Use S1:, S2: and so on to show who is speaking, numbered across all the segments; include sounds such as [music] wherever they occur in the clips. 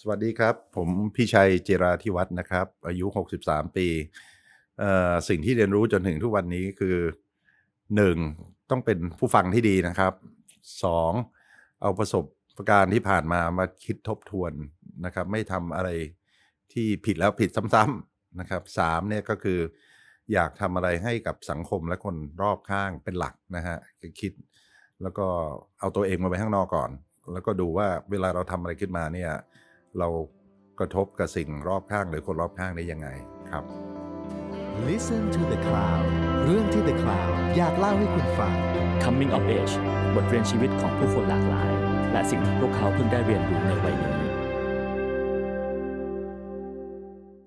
S1: สวัสดีครับ ผมพี่ชัยเจราธิวัฒน์นะครับ อายุ 63 ปีเอ่อสิ่งที่เรียนรู้จนถึงทุกวันนี้คือ 1. ต้องเป็นผู้ฟังที่ดีนะครับ 2. เอาประสบการณ์ที่ผ่านมามาคิดทบทวนนะครับ ไม่ทำอะไรที่ผิดแล้วผิดซ้ำๆนะครับ 3. เนี่ยก็คืออยากทำอะไรให้กับสังคมและคนรอบข้างเป็นหลักนะฮะคิด แล้วก็เอาตัวเองมาไว้ข้างนอกก่อน แล้วก็ดูว่าเวลาเราทำอะไรขึ้นมาเนี่ย เรากระทบกับสิ่งรอบข้างหรือคนรอบข้างได้ยังไงครับ
S2: Listen to the Cloud เรื่องที่ The Cloud อยากเล่าให้คุณฟัง
S3: Coming of Age บทเรียนชีวิตของผู้คนหลากหลาย และสิ่งที่พวกเขาเพิ่งได้เรียนรู้ในวัยนี้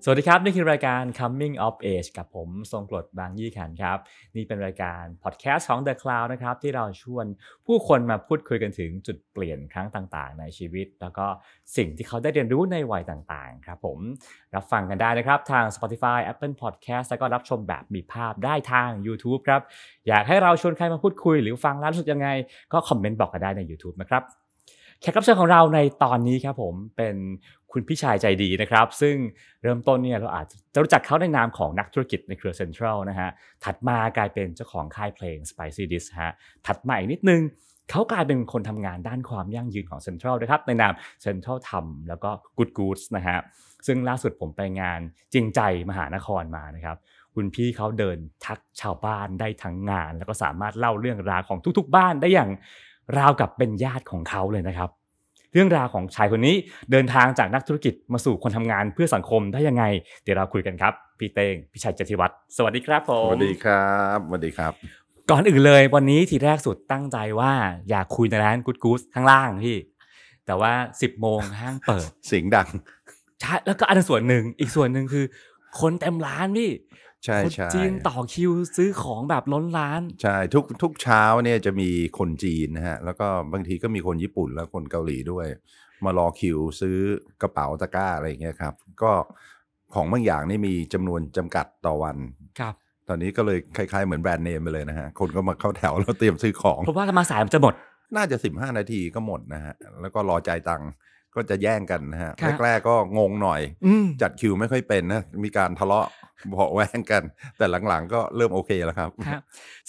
S3: สวัสดีครับ นี่คือรายการ Coming of Age กับผม ทรงกรดบางยี่ขันครับ นี่เป็นรายการพอดแคสต์ของ The Cloud นะครับ ที่เราชวนผู้คนมาพูดคุยกันถึงจุดเปลี่ยนครั้งต่างๆ ในชีวิต แล้วก็สิ่งที่เขาได้เรียนรู้ในวัยต่างๆ ครับผม รับฟังกันได้นะครับ ทาง Spotify Apple Podcast แล้วก็รับชมแบบมีภาพได้ทาง YouTube ครับ อยากให้เราชวนใครมาพูดคุยหรือฟังแล้วรู้สึกยังไง ก็คอมเมนต์บอกกันได้ใน YouTube นะครับ แขกรับเชิญของเราในตอนนี้ครับผมเป็นคุณพี่ชายใจดีนะครับ ซึ่งเริ่มต้นเนี่ยเราอาจจะรู้จักเขาในนามของนักธุรกิจในเครือเซ็นทรัลนะฮะถัดมากลายเป็นเจ้าของค่ายเพลง Spicy d i s ฮะถัดมาอีกนิดนึง เขากลายเป็นคนทำงานด้านความยั่งยืนของเซ็นทรัลนะครับในนามเซ็นทรัลทำแล้วก็ Good Goods นะฮะซึ่งล่าสุดผมไปงานจริงใจมหานครมานะครับ คุณพี่เขาเดินทักชาวบ้านได้ทั้งงาน แล้วก็สามารถเล่าเรื่องราวของทุกๆบ้านได้อย่างราวกับเป็นญาติของเขาเลยนะครับ เรื่องราวของชายคนนี้เดินทางจากนักธุรกิจมาสู่คนทำงานเพื่อสังคมได้ยังไง เดี๋ยวเราคุยกันครับพี่เตงพี่ชัยเจติวัฒน์สวัสดีครับผ
S1: ส
S3: ม
S1: วัสดีครับสวัสดีครับ
S3: ก่อนอื่นเลยวันนี้ทีแรกสุดตั้งใจว่าอยากคุยในร้านกู๊ดกู๊ดข้างล่างพี่ แต่ว่า 10โมงห้างเปิด [laughs]
S1: เสียงดัง
S3: ใช่แล้วก็อันนั้นส่วนหนึ่งอีกส่วนหนึ่งคือ คนเต็มร้านพี่
S1: ใช่
S3: คน
S1: ใช่
S3: จีนต่อคิวซื้อของแบบล้นร้าน
S1: ใช่ทุกทุกเช้าเนี่ยจะมีคนจีนนะฮะ แล้วก็บางทีก็มีคนญี่ปุ่นและคนเกาหลีด้วย มารอคิวซื้อกระเป๋าตะกร้าอะไรอย่างเงี้ยครับ ก็ของบางอย่างนี่มีจำนวนจำกัดต่อวัน
S3: ครับ
S1: ตอนนี้ก็เลยคล้ายๆเหมือนแบรนด์เนมไปเลยนะฮะ คนก็มาเข้าแถว [laughs] แล้วเตรียมซื้อของ
S3: เพราะว่ามาสายมันจะหมด
S1: น่าจะ 15 นาทีก็หมดนะฮะ แล้วก็รอจ่ายตังค์ก็จะแย่งกันนะฮะ
S3: ครับ
S1: แรกๆก็งงหน่อย
S3: อืม
S1: จัดคิวไม่ค่อยเป็นนะ มีการทะเลาะเบาะแว้งกัน แต่หลังๆก็เริ่มโอเคแล้วครับ
S3: ครับ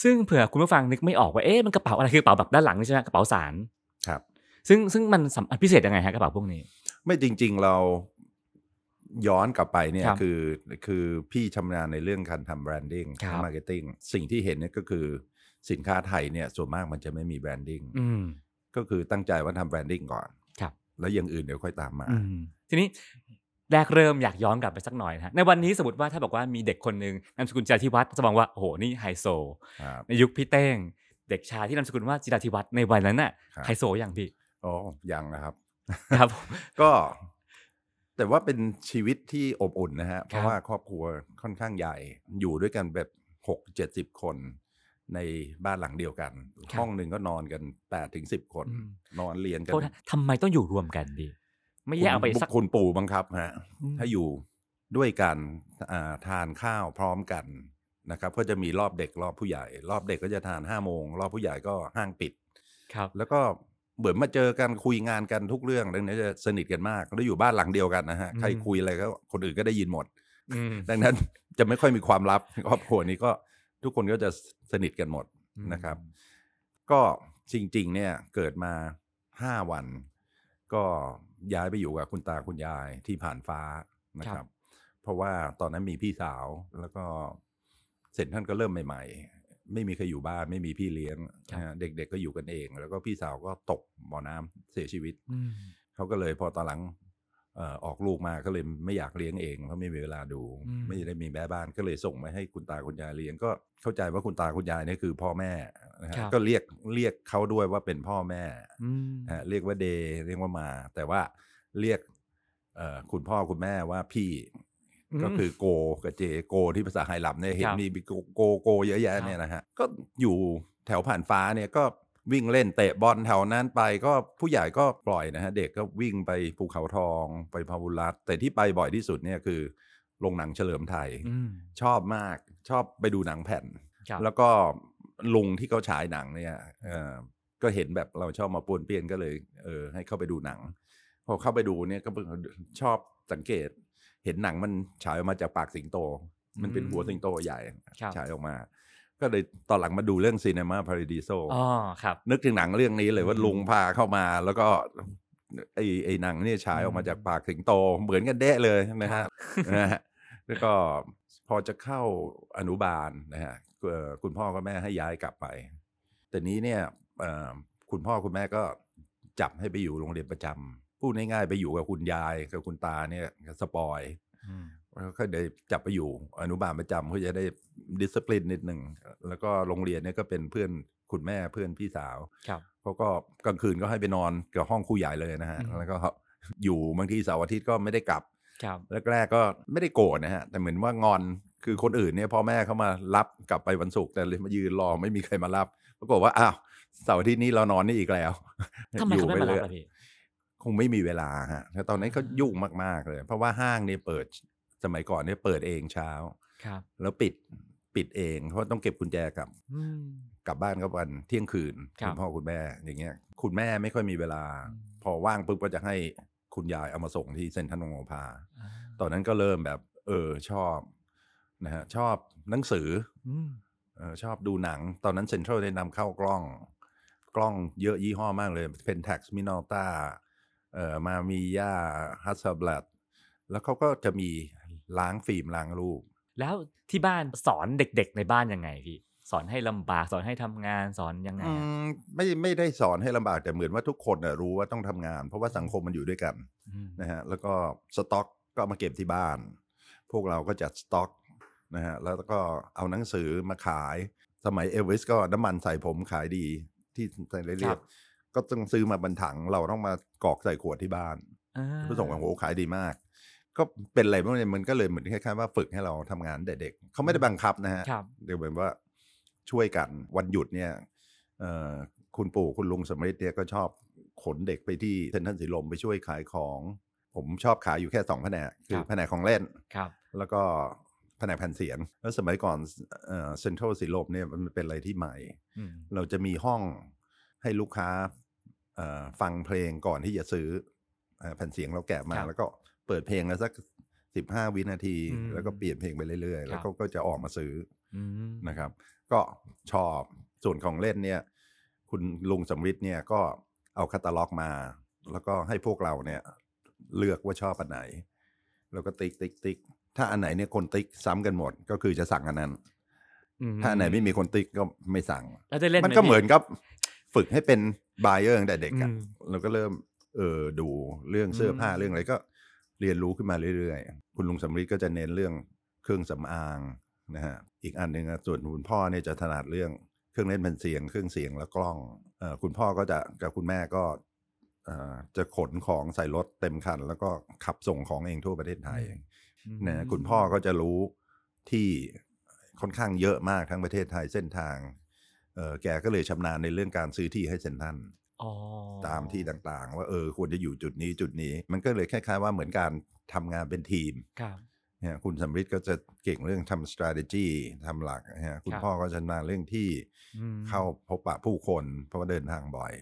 S3: ซึ่งเผื่อคุณผู้ฟังนึกไม่ออกว่าเอ๊ะมันกระเป๋าอะไรคือกระเป๋าแบบด้านหลังนี่ใช่ไหมกระเป๋าสาร
S1: ครับ
S3: ซึ่งซึ่งมันสำคัญพิเศษยังไงฮะกระเป๋าพวกนี้
S1: ไม่จริงๆเราย้อนกลับไปเนี่ย
S3: ครับ
S1: คือคือพี่ชำนาญในเรื่องการทำแบรนดิ้ง
S3: ครับ
S1: มาร์เก็ตติ้งสิ่งที่เห็นเนี่ยก็คือสินค้าไทยเนี่ยส่วนมากมันจะไม่มีแบรนดิ้ง
S3: อืม
S1: ก็คือตั้งใจว่าทำแบรนดิ้งก่อน
S3: ครับ
S1: แล้วอย่างอื่นเดี๋ยวค่อยตามมา
S3: อืมทีนี้แรกเริ่มอยากย้อนกลับไปสักหน่อยนะฮะในวันนี้สมมติว่าถ้าบอกว่ามีเด็กคนหนึ่งนามสกุลจิราธิวัฒน์จะมองว่าโอ้โหนี่ไฮโซ
S1: ครับ
S3: ในยุคพี่เต้ง เด็กชายที่นามสกุลว่าจิราธิวัฒน์ในวันนั้นน่ะ
S1: ครับ
S3: ไฮโซอย่างพี่
S1: อ๋อยังนะครับ
S3: ครับผม
S1: ก็ แต่ว่าเป็นชีวิตที่อบอุ่นนะฮะ เพราะว่าครอบครัวค่อนข้างใหญ่ อยู่ด้วยกันแบบหกเจ็ดสิบคนในบ้านหลังเดียวกัน
S3: ครับ
S1: ห้องหนึ่งก็นอนกันแปดถึงสิบคน
S3: อืม
S1: นอนเรียนกัน
S3: โทษนะทำไมต้องอยู่รวมกันดีไม่แยกออกไปสัก
S1: คุณปู่บังคับฮะ
S3: อืม
S1: ถ้าอยู่ด้วยกันอ่าทานข้าวพร้อมกันนะครับ ก็จะมีรอบเด็กรอบผู้ใหญ่ รอบเด็กก็จะทานห้าโมง รอบผู้ใหญ่ก็ห้างปิด
S3: ครับ
S1: แล้วก็เหมือนมาเจอกันคุยงานกันทุกเรื่องดังนั้นจะสนิทกันมากแล้วอยู่บ้านหลังเดียวกันนะฮะ
S3: อืม
S1: ใครคุยอะไรก็คนอื่นก็ได้ยินหมด
S3: อืม
S1: ดังนั้น จะไม่ค่อยมีความลับ [laughs] ครอบครัวนี้ก็ทุกคนก็จะสนิทกันหมดนะครับ ก็จริง ๆ เนี่ยเกิดมาห้าวัน ก็ย้ายไปอยู่กับคุณตาคุณยายที่ผ่านฟ้านะครับ เพราะว่าตอนนั้นมีพี่สาวแล้วก็เสร็จท่านก็เริ่มใหม่ ๆ ไม่มีใครอยู่บ้านไม่มีพี่เลี้ยง
S3: ครับ
S1: นะฮะเด็ก ๆ ก็อยู่กันเอง แล้วก็พี่สาวก็ตกบ่อน้ำเสียชีวิต
S3: อืม
S1: เขาก็เลยพอตอนหลังเอ่อออกลูกมาก็เลยไม่อยากเลี้ยงเองเพราะไม่มีเวลาดู
S3: อืม
S1: ไม่ได้มีแม่บ้านก็เลยส่งไปให้คุณตาคุณยายเลี้ยงก็เข้าใจว่าคุณตาคุณยายเนี่ยคือพ่อแม่นะฮะก็เรียกเรียกเขาด้วยว่าเป็นพ่อแม่
S3: อืม
S1: ฮะเรียกว่าเดเรียกว่ามา แต่ว่าเรียกเอ่อคุณพ่อคุณแม่ว่าพี่ก็คือโกกับเจโกที่ภาษาไฮลัมเนี่ยเห็นมีโกโกโกเยอะแยะเนี่ยนะฮะก็อยู่แถวผ่านฟ้าเนี่ยก็วิ่งเล่นเตะบอลแถวนั้นไปก็ผู้ใหญ่ก็ปล่อยนะฮะเด็กก็วิ่งไปภูเขาทองไปพาวุรัตน์แต่ที่ไปบ่อยที่สุดเนี่ยคือโรงหนังเฉลิมไทย
S3: อืม
S1: ชอบมากชอบไปดูหนังแผ่น
S3: ครับ
S1: แล้วก็ลุงที่เขาฉายหนังเนี่ยเออก็เห็นแบบเราชอบมาปวนเปี้ยนก็เลย เออให้เข้าไปดูหนัง พอเข้าไปดูเนี่ยก็เพิ่งชอบสังเกต เห็นหนังมันฉายออกมาจากปากสิงโต มันเป็น
S3: อืม
S1: หัวสิงโตใหญ่
S3: ครับ
S1: ฉายออกมา ก็เลยตอนหลังมาดูเรื่องซีเนมาพาราดิโซ
S3: อ๋อครับ
S1: นึกถึงหนังเรื่องนี้เลยว่า
S3: อืม
S1: ลุงพาเข้ามาแล้วก็ไอ้ไอ้หนังเนี่ยฉายออกมาจากปากถึงโต เหมือนกันเดะเลยนะ
S3: [laughs]
S1: ฮะนะฮะแล้วก็พอจะเข้าอนุบาลนะฮะเอ่อคุณพ่อกับแม่ให้ย้ายกลับไป แต่นี้เนี่ยเอ่อคุณพ่อคุณแม่ก็จับให้ไปอยู่โรงเรียนประจำพูดง่ายๆไปอยู่กับคุณยายกับคุณตาเนี่ยสปอย แล้วก็ได้จับไปอยู่อนุบาลประจำเพื่อจะได้ดิสซิ p ลินนิดหนึ่งแล้วก็โรงเรียนเนี่ยก็เป็นเพื่อนคุณแม่เพื่อนพี่สาว
S3: ครับ
S1: เขาก็กลางคืนก็ให้ไปนอนกับห้องครูใหญ่เลยนะฮะ
S3: อืม
S1: แล้วก็ [laughs] อยู่บางทีเสาร์อาทิตย์ก็ไม่ได้กลับ
S3: ครับ
S1: แรกๆก็ไม่ได้โกรธนะฮะแต่เหมือนว่างอนคือคนอื่นเนี่ยพ่อแม่เขามารับกลับไปวันศุกร์แต่เลยมายืนรอไม่มีใครมารับปรากฏว่าอ้าวเสาร์อาทิตย์นี้เรานอนนี่อีกแล้ว [laughs]
S3: ทำไมเขาไม่มา
S1: อ
S3: รับ
S1: ยู่ป
S3: ล่ะ
S1: รื่อย
S3: พี่
S1: คงไม่มีเวลาฮะแล้วตอนนั้นเขายุ่งมาก ๆ เลย เพราะว่าห้างเนี่ยเปิดสมัยก่อนเนี่ยเปิดเองเช้า
S3: ครับ
S1: แล้วปิดปิดเอง เพราะต้องเก็บกุญแจกลับ
S3: อืม
S1: กลับบ้านก็วันเที่ยงคืน
S3: ครับ
S1: ณพ่อคุณแม่อย่างเงี้ย คุณแม่ไม่ค่อยมีเวลา
S3: อืม
S1: พอว่างปุ๊บก็จะให้คุณยายเอามาส่งที่เซ็นทรัลโนพา
S3: อ่า
S1: ตอนนั้นก็เริ่มแบบ เออชอบนะฮะชอบหนังสือ
S3: อืม
S1: เออชอบดูหนัง ตอนนั้นเซ็นทรัลได้นำเข้ากล้อง กล้องเยอะยี่ห้อมากเลย Pentax Minolta เอ่อมามีย่าฮัสบลัดแล้วเขาก็จะมีล้างฟิล์มล้างรูป
S3: แล้วที่บ้านสอนเด็กๆในบ้านยังไงพี่ สอนให้ลำบากสอนให้ทำงานสอนยังไง
S1: อื
S3: อะ
S1: มไม่ไม่ได้สอนให้ลำบากแต่เหมือนว่าทุกคนน่ะรู้ว่าต้องทำงาน เพราะว่าสังคมมันอยู่ด้วยกัน
S3: อืม
S1: นะฮะแล้วก็สต็อกก็เอามาเก็บที่บ้าน พวกเราก็จัดสต็อกนะฮะแล้วก็เอาหนังสือมาขาย สมัยเอลวิสก็น้ำมันใส่ผมขายดีที่ใส่เรียบก็ต้องซื้อมาบรรถังเราต้องมากรอกใส่ขวดที่บ้าน
S3: อ่า
S1: ผู้ส่งของโหขายดีมาก ก็เป็นอะไรพวกนี้มันก็เลยเหมือนคล้ายๆว่าฝึกให้เราทำงานแต่เด็กเขาไม่ได้บังคับนะฮะ
S3: ครับ
S1: เดี๋ยวแบบว่าช่วยกันวันหยุดเนี่ยเอ่อคุณปู่คุณลุงสมฤทธิ์เนี่ยก็ชอบขนเด็กไปที่เซ็นทรัลสีลมไปช่วยขายของ ผมชอบขายอยู่แค่สองแผนกคื
S3: ครั
S1: อบ แผนกของเล่น
S3: ครับ
S1: แล้วก็แผนกแผ่นเสียง แล้วสมัยก่อนเซ็นทรัลสีลมเนี่ยมันเป็นอะไรที่ใหม่
S3: อืม
S1: เราจะมีห้องให้ลูกค้าเอ่อฟังเพลงก่อนที่จะซื้อเอ่อแผ่นเสียงเราแกะมา แล้วก็เปิดเพลงแล้วสักสิบห้าวินาที แล้วก็เปลี่ยนเพลงไปเรื่อยๆ แล้วเขาก็จะออกมาซื้อ
S3: อืม
S1: นะครับก็ชอบส่วนของเล่นเนี่ยคุณลุงสำริดเนี่ยก็เอาคาตาล็อกมา แล้วก็ให้พวกเราเนี่ยเลือกว่าชอบอันไหน แล้วก็ติ๊กติ๊กติ๊กถ้าอันไหนเนี่ยคนติ๊กซ้ำกันหมด ก็คือจะสั่งอันนั้น ถ้าอันไหนไม่มีคนติ๊กก็ไม่สั่ง
S3: แล้วได้เล่น
S1: มัน
S3: ไ
S1: ก็เหมือนกับฝึกให้เป็นบายเออร์ตั้งแต่เด็ก
S3: อื
S1: อะ
S3: ม
S1: เราก็เริ่มเออดูเรื่องเสื้อผ้า
S3: อืม
S1: เรื่องอะไรก็เรียนรู้ขึ้นมาเรื่อยๆ คุณลุงสำริดก็จะเน้นเรื่องเครื่องสำอางนะฮะอีกอันหนึ่งอะส่วนคุณพ่อเนี่ยจะถนัดเรื่องเครื่องเล่นแผ่นเสียง เครื่องเสียงและกล้องเออคุณพ่อก็จะกับคุณแม่ก็เอ่อจะขนของใส่รถเต็มคัน แล้วก็ขับส่งของเองทั่วประเทศไทย
S3: อืม
S1: นะคุณพ่อก็จะรู้ที่ค่อนข้างเยอะมากทั้งประเทศไทยเส้นทางเออแกก็เลยชำนาญในเรื่องการซื้อที่ให้เซ็นทรัน
S3: อ๋อ
S1: ตามที่ต่างๆ ว่าเออควรจะอยู่จุดนี้จุดนี้ มันก็เลยคล้ายๆว่าเหมือนการทำงานเป็นทีม
S3: ครับ
S1: เนี่ยคุณสำริดก็จะเก่งเรื่องทำ strategy ทำหลักนะฮะคุณ
S3: ครับ
S1: พ่อก็ชำนาญเรื่องที่
S3: อืม
S1: เข้าพบปะผู้คนเพราะว่าเดินทางบ่อย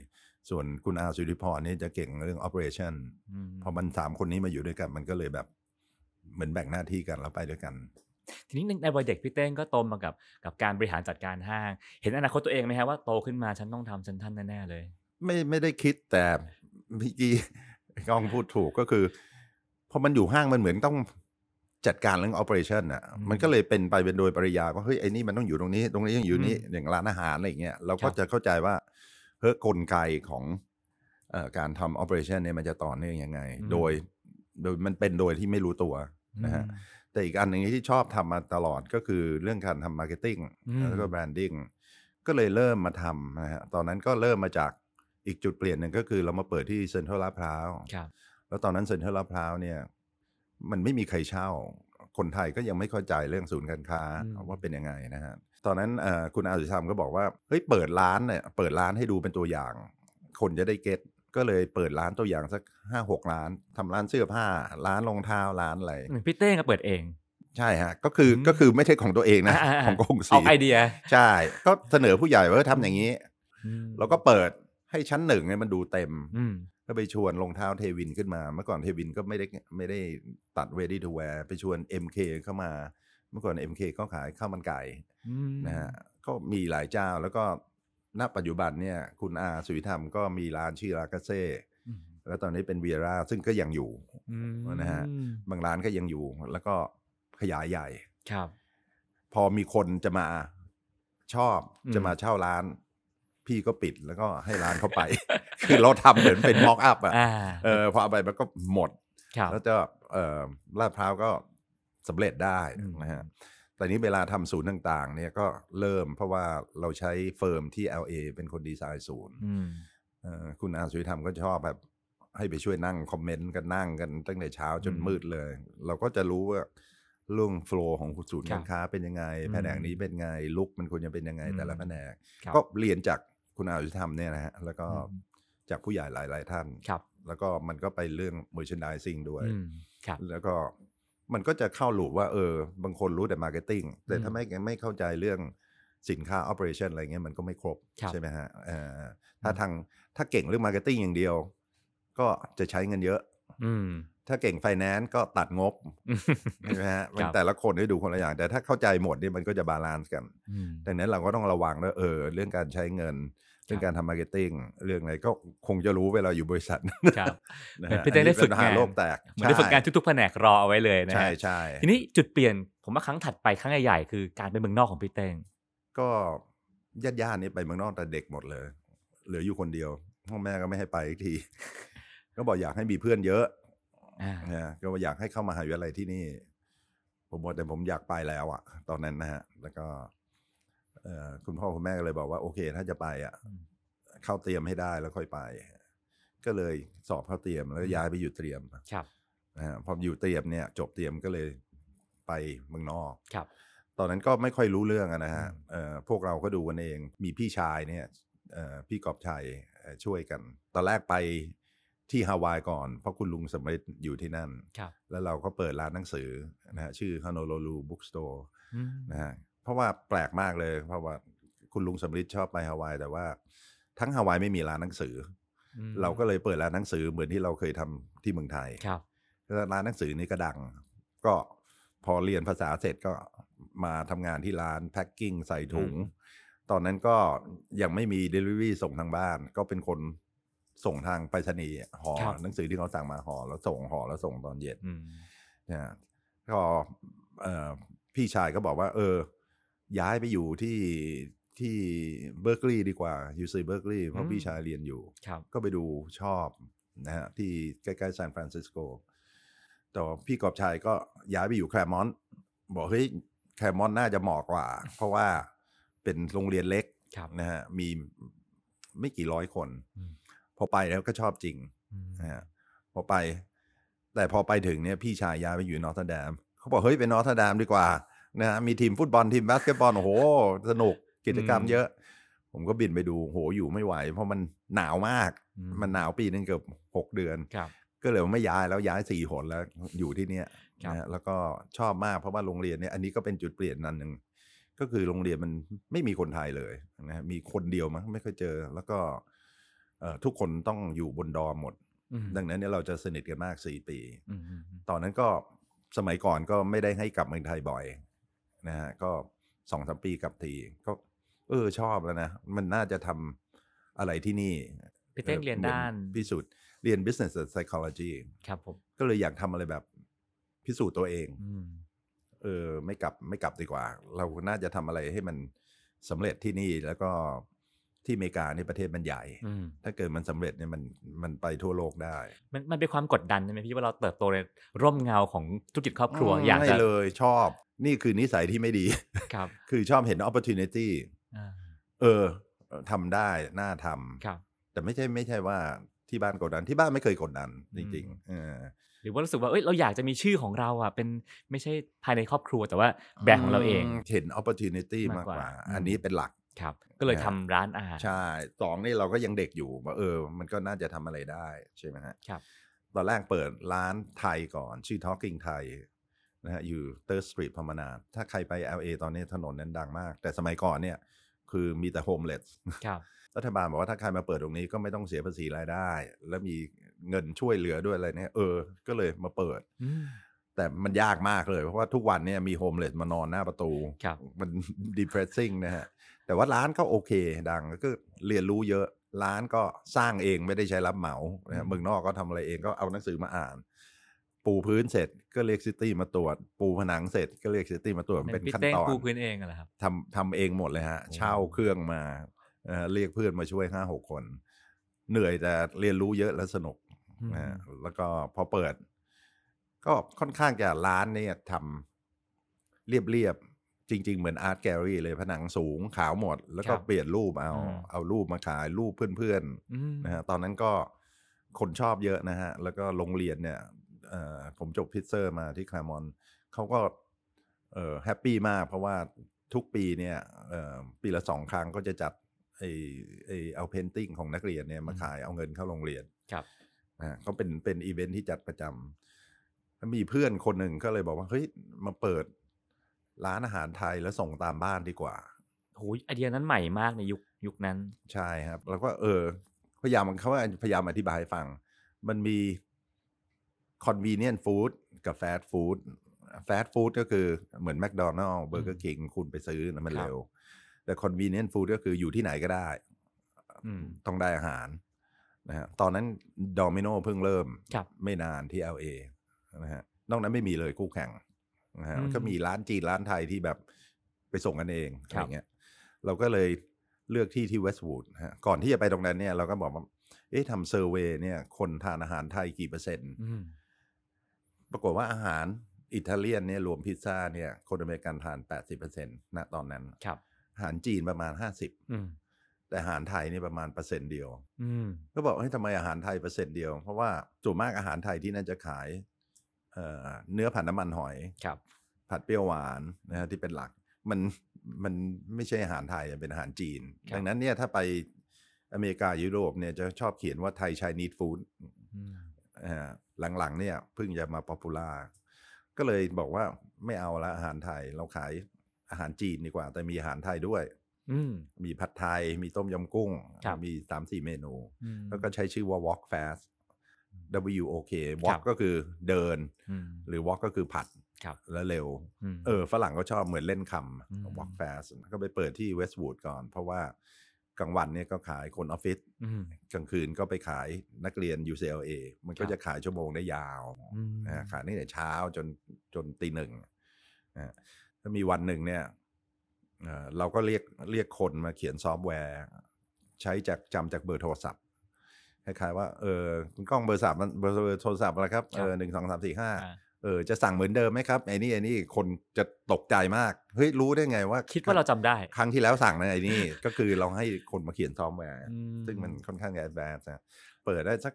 S1: ส่วนคุณอาสุริพรเนี่ยจะเก่งเรื่อง operation
S3: อืม
S1: พอมันสามคนนี้มาอยู่ด้วยกัน มันก็เลยแบบเหมือนแบ่งหน้าที่กันแล้วไปด้วยกัน
S3: ทีนี้ในในวัยเด็กพี่เต้งก็โตมากับกับการบริหารจัดการห้าง เห็นอนาคตตัวเองไหมฮะว่าโตขึ้นมาฉันต้องทำเซ็นทรัลแน่ๆเลย
S1: ไม่ไม่ได้คิดแต่ [laughs] เมื่อกี้ [laughs] กล้องพูดถูกก็คือพอมันอยู่ห้างมันเหมือนต้องจัดการเรื่อง operation อ่ะ
S3: อืม
S1: มันก็เลยเป็นไปเป็นโดยปริยายว่าเฮ้ยไอ้นี่มันต้องอยู่ตรงนี้ ตรงนี้ต้องอยู่นี่
S3: อืม
S1: อย่างร้านอาหารอะไรอย่างเงี้ยเรา
S3: ครั
S1: ก็
S3: บ
S1: จะเข้าใจว่าเฮ้ยกลไกของเออการทำ operation เนี่ยมันจะต่อเนื่องยังไง โดยโดยมันเป็นโดยที่ไม่รู้ตัว นะฮะ แต่อีกอันหนึ่งที่ชอบทำมาตลอดก็คือเรื่องการทำมาร์เก็ตติ้ง
S3: อืม
S1: แล้วก็แบรนดิ้งก็เลยเริ่มมาทำนะฮะตอนนั้นก็เริ่มมาจากอีกจุดเปลี่ยนหนึ่งก็คือเรามาเปิดที่เซ็นทรัลลาดพร้าว
S3: ครับ
S1: แล้วตอนนั้นเซ็นทรัลลาดพร้าวเนี่ย มันไม่มีใครเช่า คนไทยก็ยังไม่เข้าใจเรื่องศูนย์การค้า
S3: อืม
S1: ว่าเป็นยังไงนะฮะตอนนั้นเอ่อคุณอาสุธรรมก็บอกว่าเฮ้ยเปิดร้านเนี่ยเปิดร้านให้ดูเป็นตัวอย่าง คนจะได้เก็ตก็เลยเปิดร้านตัวอย่างสักห้าหกร้านทำร้านเสื้อผ้า ร้านรองเท้าร้านอะไร
S3: เหมือนพี่เต้งก็เปิดเอง
S1: ใช่ฮะก็คืออ
S3: ม
S1: ก็คือไม่ใช่ของตัวเองนะ
S3: าๆ
S1: ของกงสี
S3: เอาไอเดีย
S1: ใช่ ก็เสนอผู้ใหญ่ว่าเออทำอย่างนี้
S3: อืม
S1: แล้วก็เปิดให้ชั้นหนึ่งเนี่ยมันดูเต็ม
S3: อืม
S1: ก็ไปชวนรองเท้าเทวินขึ้นมา เมื่อก่อนเทวินก็ไม่ได้ไม่ได้ตัด ready to wear ไปชวน MK เข้ามา เมื่อก่อน MK ก็ขายข้าวมันไก่
S3: อืม
S1: นะฮะก็มีหลายเจ้าแล้วก็ณปัจจุบันเนี่ยคุณอาสุวิธรรมก็มีร้านชื่อรากาเซ่
S3: อืม
S1: แล้วตอนนี้เป็นเวียร่าซึ่งก็ยังอยู่
S3: อืม
S1: นะฮะ บางร้านก็ยังอยู่ แล้วก็ขยายใหญ่
S3: ครับ
S1: พอมีคนจะมาชอบ
S3: อืม
S1: จะมาเช่าร้าน พี่ก็ปิดแล้วก็ให้ร้านเขาไป [laughs] คือเราทำเหมือนเป็นมอกอัพอ่ะ
S3: อ่า
S1: เออพอเอาไปมันก็หมด
S3: ครับ
S1: แล้วจะเอ่อลาดพร้าวก็สำเร็จได้
S3: อืม
S1: นะฮะ แต่นี้เวลาทำศูนย์ต่างๆ เนี่ยก็เริ่มเพราะว่าเราใช้เฟิร์มที่ LA เป็นคนดีไซน์ศูนย์
S3: อืม
S1: เอ่อคุณอาสุวิธรรมก็ชอบแบบให้ไปช่วยนั่งคอมเมนต์กันนั่งกันตั้งแต่เช้าจนมืดเลย เราก็จะรู้ว่าเรื่องโฟล์ของศูนย์การค้าเป็นยังไง แผนกนี้เป็นไง ลุกมันควรจะเป็นยังไงแต่ละแผนก
S3: ครับ
S1: ก็เรียนจากคุณอาสุวิธรรมเนี่ยนะฮะแล้วก็
S3: อืม
S1: จากผู้ใหญ่หลาย ๆ ท่าน
S3: ครับ
S1: แล้วก็มันก็ไปเรื่อง merchandising ด้วย
S3: อืมครับ
S1: แล้วก็มันก็จะเข้าหลูปว่าเออบางคนรู้แต่มาร์เก็ตติ้งแต่ถ้าไม่ไม่เข้าใจเรื่องสินค้า operation อะไรเงี้ยมันก็ไม่ครบ
S3: ครับ
S1: ใช่ไหมฮะเอ่อถ้าทางถ้าเก่งเรื่องมาร์เก็ตติ้งอย่างเดียว ก็จะใช้เงินเยอะ
S3: ืม
S1: ถ้าเก่งไฟแนนซ์ก็ตัดงบใช่ไหมฮะมัน
S3: ครับ
S1: แต่ละคนได้ดูคนละอย่าง แต่ถ้าเข้าใจหมดเนี่ยมันก็จะบาลานซ์กัน ดังนั้นเราก็ต้องระวังด้วยเออเรื่องการใช้เงิน เรื่อง
S3: ครับ
S1: การทำมาร์เก็ตติ้งเรื่องอะไรก็คงจะรู้เวลาอยู่บริษัท
S3: [laughs] ครับ
S1: นะ
S3: เหมือ
S1: ฮะ
S3: นพี่เต้ได้
S1: อั
S3: ฝึก
S1: เป็ปัญหาง
S3: าน
S1: โลกแตก
S3: เหมือนได้ฝึกงานทุกๆแผนกรอเอาไว้เลยนะ
S1: ใช่
S3: ฮะ
S1: ใช่
S3: ทีนี้จุดเปลี่ยนผมว่าครั้งถัดไปครั้งใหญ่ๆคือการไปเมืองนอกของพี่เต้ง
S1: ก็ญาติญาติๆนี่ไปเมืองนอกแต่เด็กหมดเลย เหลืออยู่คนเดียวพ่อแม่ก็ไม่ให้ไปอีกที [laughs] ก็บอกอยากให้มีเพื่อนเยอะ
S3: อ่า
S1: นะก็อยากให้เข้ามาหาวิทยาลัยที่นี่ ผมบอกแต่ผมอยากไปแล้วอะตอนนั้นนะฮะ แล้วก็เอ่อคุณพ่อคุณแม่ก็เลยบอกว่าโอเค ถ้าจะไปอะ
S3: อืม
S1: เข้าเตรียมให้ได้แล้วค่อยไป ก็เลยสอบเข้าเตรียมแล้วย้ายไปอยู่เตรียม
S3: ครับ
S1: นะฮะพออยู่เตรียมเนี่ย จบเตรียมก็เลยไปเมืองนอก
S3: ครับ
S1: ตอนนั้นก็ไม่ค่อยรู้เรื่องอะนะฮะ
S3: อืม
S1: เอ่อพวกเราก็ดูกันเอง มีพี่ชายเนี่ยเอ่อพี่กอบชัยเอ่อช่วยกัน ตอนแรกไปที่ฮาวายก่อน เพราะคุณลุงสมฤทธิ์อยู่ที่นั่น
S3: ครับ
S1: แล้วเราก็เปิดร้านหนังสือนะฮะชื่อ Honolulu Bookstore
S3: อืม
S1: นะฮะ เพราะว่าแปลกมากเลย เพราะว่าคุณลุงสมฤทธิ์ชอบไปฮาวายแต่ว่าทั้งฮาวายไม่มีร้านหนังสือ
S3: อื
S1: อ
S3: ม
S1: เราก็เลยเปิดร้านหนังสือเหมือนที่เราเคยทำที่เมืองไทย
S3: ครับ
S1: แล้วร้านหนังสือนี่ก็ดัง ก็พอเรียนภาษาเสร็จก็มาทำงานที่ร้านแพ็คกิ้งใส่ถุง
S3: อืม
S1: ตอนนั้นก็ยังไม่มี Delivery ส่งทางบ้าน ก็เป็นคนส่งทางไปรษณีย์หอหนังสือที่เขาสั่งมาหอแล้วส่งหอแล้วส่งตอนเย็น
S3: อืม
S1: นะฮะก็เอ่อพี่ชายก็บอกว่า เออ ย้ายไปอยู่ที่ที่เบอร์กลีย์ดีกว่า UC เบอร์กลีย์เพราะพี่ชายเรียนอยู่
S3: ครับ
S1: ก็ไปดูชอบนะฮะที่ใกล้ๆซานฟรานซิสโกต่อพี่กอบชัยก็ย้ายไปอยู่แคลมอนต์บอกเฮ้ยแคลมอนต์น่าจะเหมาะกว่า เพราะว่าเป็นโรงเรียนเล็ก
S3: ครับ
S1: นะฮะมีไม่กี่ร้อยคน
S3: อืม
S1: พอไปแล้วก็ชอบจริง
S3: อืม
S1: นะฮะพอไป แต่พอไปถึงเนี่ยพี่ชายย้ายไปอยู่นอร์ทแดมเขาบอกเฮ้ยเป็นนอร์ทแดมดีกว่านะฮะมีทีมฟุตบอลทีมบาสเกตบอลโอ้โห สนุกกิจกรรมเยอะ ผมก็บินไปดูโอ้โหอยู่ไม่ไหว เพราะมันหนาวมาก
S3: อื
S1: มันหนาวปีหนึ่งเกือบหกเดือน
S3: ครับ
S1: ก็เลยไม่ย้ายแล้วย้ายสี่หนแล้วอยู่ที่เนี้ย
S3: ครับ
S1: นะฮะแล้วก็ชอบมากเพราะว่าโรงเรียนเนี่ยอันนี้ก็เป็นจุดเปลี่ยนนันหนึ่งก็คือโรงเรียนมันไม่มีคนไทยเลยนะฮะมีคนเดียวมั้งไม่เคอยเจอ แล้วก็เอ่อทุกคนต้องอยู่บนดอมหมด
S3: อืม
S1: ดังนั้นเนี่ยเราจะสนิทกันมากสี่ปี
S3: อืมอืมอืม
S1: ตอนนั้นก็สมัยก่อนก็ไม่ได้ให้กลับเมืองไทยบ่อยนะฮะก็สองสามปีกลับทีก็เออชอบแล้วนะ มันน่าจะทำอะไรที่นี่
S3: พี่เต้งเรียน
S1: หมือ
S3: ด้าน
S1: พิสูจน์เรียน business and psychology
S3: ครับผม
S1: ก็เลยอยากทำอะไรแบบพิสูจน์ตัวเอง
S3: อืม
S1: เออไม่กลับไม่กลับดีกว่า เราน่าจะทำอะไรให้มันสำเร็จที่นี่แล้วก็ที่อเมริกาในยประเทศมันใหญ่
S3: อืม
S1: ถ้าเกิดมันสำเร็จเนี่ยมันมันไปทั่วโลกได้
S3: มันมันเป็นความกดดันใช่ไหมพี่ว่าเราเติบโตในร่มเงาของธุรกิจครอบครัวอยาก
S1: ไม่
S3: จะ
S1: เลยชอบนี่คือนิสัยที่ไม่ดี [laughs]
S3: ครับ
S1: คือชอบเห็น opportunity
S3: อ่า
S1: เออทำได้น่าท
S3: ครับ
S1: ำแต่ไม่ใช่ไม่ใช่ว่าที่บ้านกดดันที่บ้านไม่เคยกดดันจริง
S3: อืม
S1: ๆเออ
S3: หรือว่ารู้สึกว่าเอ้ยเราอยากจะมีชื่อของเราอ่ะเป็นไม่ใช่ภายในครอบครัวแต่ว่าแบรนด์ของเราเอง
S1: เห็น opportunity มากกว่า
S3: มากกว่า
S1: อันนี้เป็นหลัก
S3: ครับ ก็เลย
S1: นะฮะ
S3: ทำร้านอาหาร
S1: ใช่สองนี่เราก็ยังเด็กอยู่ว่าเออ มันก็น่าจะทำอะไรได้ใช่ไหมฮะ
S3: ครับ
S1: ตอนแรกเปิดร้านไทยก่อน ชื่อ Talking Thai นะฮะอยู่ Third Street พมานาถ้าใครไป LA ตอนนี้ถนนนั้นดังมาก แต่สมัยก่อนเนี่ย คือมีแต่โฮมเลส
S3: ครับ
S1: รัฐบาลบอกว่าถ้าใครมาเปิดตรงนี้ก็ไม่ต้องเสียภาษีรายได้ และมีเงินช่วยเหลือด้วยอะไรเนี่ยเออ ก็เลยมาเปิด
S3: อืม
S1: แต่มันยากมากเลย เพราะว่าทุกวันเนี่ยมีโฮมเลสมานอนหน้าประตู
S3: ครับ
S1: มัน [laughs] depressing นะฮะ แต่ว่าร้านก็โอเค ดังก็เรียนรู้เยอะ ร้านก็สร้างเองไม่ได้ใช้รับเหมานะ
S3: อื
S1: ฮะ
S3: ม
S1: เมืองนอกก็ทำอะไรเองก็เอาหนังสือมาอ่าน ปูพื้นเสร็จก็เรียกซิตี้มาตรวจ ปูผนังเสร็จก็เรียกซิตี้มาตรวจมันเป็
S3: เป็
S1: น น
S3: พี่
S1: ขั้น
S3: เต้ง
S1: ตอน
S3: ปูพื้นเองเหรอครับ
S1: ทำทำเองหมดเลยฮะ
S3: โอ้
S1: เช่าเครื่องมาเอ่อเรียกเพื่อนมาช่วยห้าหกคน เหนื่อยแต่เรียนรู้เยอะและสนุก
S3: อืม
S1: นะฮะแล้วก็พอเปิด ก็ค่อนข้างจะร้านเนี่ยทำเรียบๆ จริง ๆ เหมือนอาร์ตแกลเลอรี่เลยผนังสูงขาวหมด แล้วก็
S3: ครับ
S1: เปลี่ยนรูปเอา
S3: อืม
S1: เอารูปมาขายรูปเพื่อนๆ
S3: อืม
S1: นะฮะตอนนั้นก็คนชอบเยอะนะฮะ แล้วก็โรงเรียนเนี่ยเอ่อผมจบพิเซอร์มาที่คลามอนเขาก็เอ่อแฮปปี้มากเพราะว่าทุกปีเนี่ยเอ่อปีละสองครั้งก็จะจัดไอไอเอาเพนติ้งของนักเรียนเนี่ยมาขายเอาเงินเข้าโรงเรียน
S3: ครับ
S1: นะฮะก็เป็นเป็นอีเวนท์ที่จัดประจำแล้วมีเพื่อนคนหนึ่งก็เลยบอกว่า เฮ้ย มาเปิดร้านอาหารไทยแล้วส่งตามบ้านดีกว่า
S3: โหยไอเดียนั้นใหม่มากในยุคยุคนั้น
S1: ใช่ครับ แล้วก็เออ พยายามเขาว่าพยายามอธิบายให้ฟัง มันมี convenient food กับ fast food fast food ก็คือเหมือน McDonald's Burger King คุณไปซื้อนะมัน
S3: ครับ
S1: เร็ว แต่ convenient food ก็คืออยู่ที่ไหนก็ได้
S3: อืม
S1: ต้องได้อาหารนะฮะตอนนั้น Domino เพิ่งเริ่ม
S3: ครับ
S1: ไม่นานที่ LA นะฮะนอกนั้นไม่มีเลยคู่แข่งนะฮะ
S3: อืม
S1: ก็มีร้านจีนร้านไทยที่แบบไปส่งกันเอง
S3: ค
S1: อะไร
S3: รับ
S1: เงี้ย เราก็เลยเลือกที่ที่เวสต์วูดฮะก่อนที่จะไปตรงนั้นเนี่ยเราก็บอกว่าเอ๊ะทำเซอร์เวยเนี่ย คนทานอาหารไทยกี่เปอร์เซ็นต์
S3: อืม
S1: ปรากฏว่าอาหารอิตาเลียนเนี่ยรวมพิซซ่าเนี่ย คนอเมริกันทาน 80%ณตอนนั้น
S3: ครับ
S1: อาหารจีนประมาณ
S3: อืม
S1: 50 แต่อาหารไทยเนี่ยประมาณเปอร์เซ็นต์เดียว
S3: อืม
S1: ก็บอกให้ยทำไมอาหารไทยเปอร์เซ็นต์เดียว เพราะว่าส่วนมากอาหารไทยที่น่าจะขายเอ่อเนื้อผัดน้ำมันหอย
S3: ครับ
S1: ผัดเปรี้ยวหวานนะฮะที่เป็นหลัก มันมันไม่ใช่อาหารไทยอะเป็นอาหารจีน
S3: ครับ
S1: ดังนั้นเนี่ยถ้าไปอเมริกายุโรปเนี่ยจะชอบเขียนว่าไทยช n นี e ฟู้ด
S3: อืม
S1: หลังๆเนี่ยเพิ่งจะมาป๊อปปูล่าก็เลยบอกว่าไม่เอาละอาหารไทยเราขายอาหารจีนดีกว่า แต่มีอาหารไทยด้วย
S3: อืม
S1: มีผัดไทย มีต้มยำกุ้ง
S3: ครับ
S1: มีสามสี่เมนู
S3: อืม
S1: แล้วก็ใช้ชื่อว่า walk fast W O K
S3: ครั
S1: walk
S3: บ
S1: ก็คือเดิน
S3: อืม
S1: หรือ walk ก็คือผัด
S3: ครับ
S1: และเร็ว
S3: อืม
S1: เออ ฝรั่งก็ชอบเหมือนเล่นค
S3: อืม
S1: ำ walk fast ก็ไปเปิดที่ Westwood ก่อน เพราะว่ากลางวันเนี่ยก็ขายคนออฟฟิศ
S3: ม
S1: กลางคืนก็ไปขายนักเรียน UCLA มันก็
S3: ครับ
S1: จะขายชั่วโมงได้ยาว
S3: อืม
S1: นะฮะขายตั้งแต่เช้าจนจนตีหนึ่งนะฮะถ้ามีวันหนึ่งเนี่ยเอ่อเราก็เรียกเรียกคนมาเขียนซอฟต์แวร์ ใช้จากจำจากเบอร์โทรศัพท์คล้ายๆว่าเออคุณกล้องเบอร์สามเบอร์เบอร์โทรศัพท์อะไรครับ
S3: ค
S1: เอ
S3: รับ
S1: อหนึ่งสองสามสี่ห้า
S3: อ่า
S1: เออจะสั่งเหมือนเดิมไหมครับไอ้นี่ไอ้นี่คนจะตกใจมากเฮ้ยรู้ได้ไงว่า
S3: คิดว่าเราจำได้
S1: ครั้งที่แล้วสั่งนะไอ้นี่
S3: [laughs]
S1: ก็คือเราให้คนมาเขียนซอฟต์แวร์
S3: อื
S1: ซึ่งมันค่อนข้างแอดแวน์นะเปิดได้สัก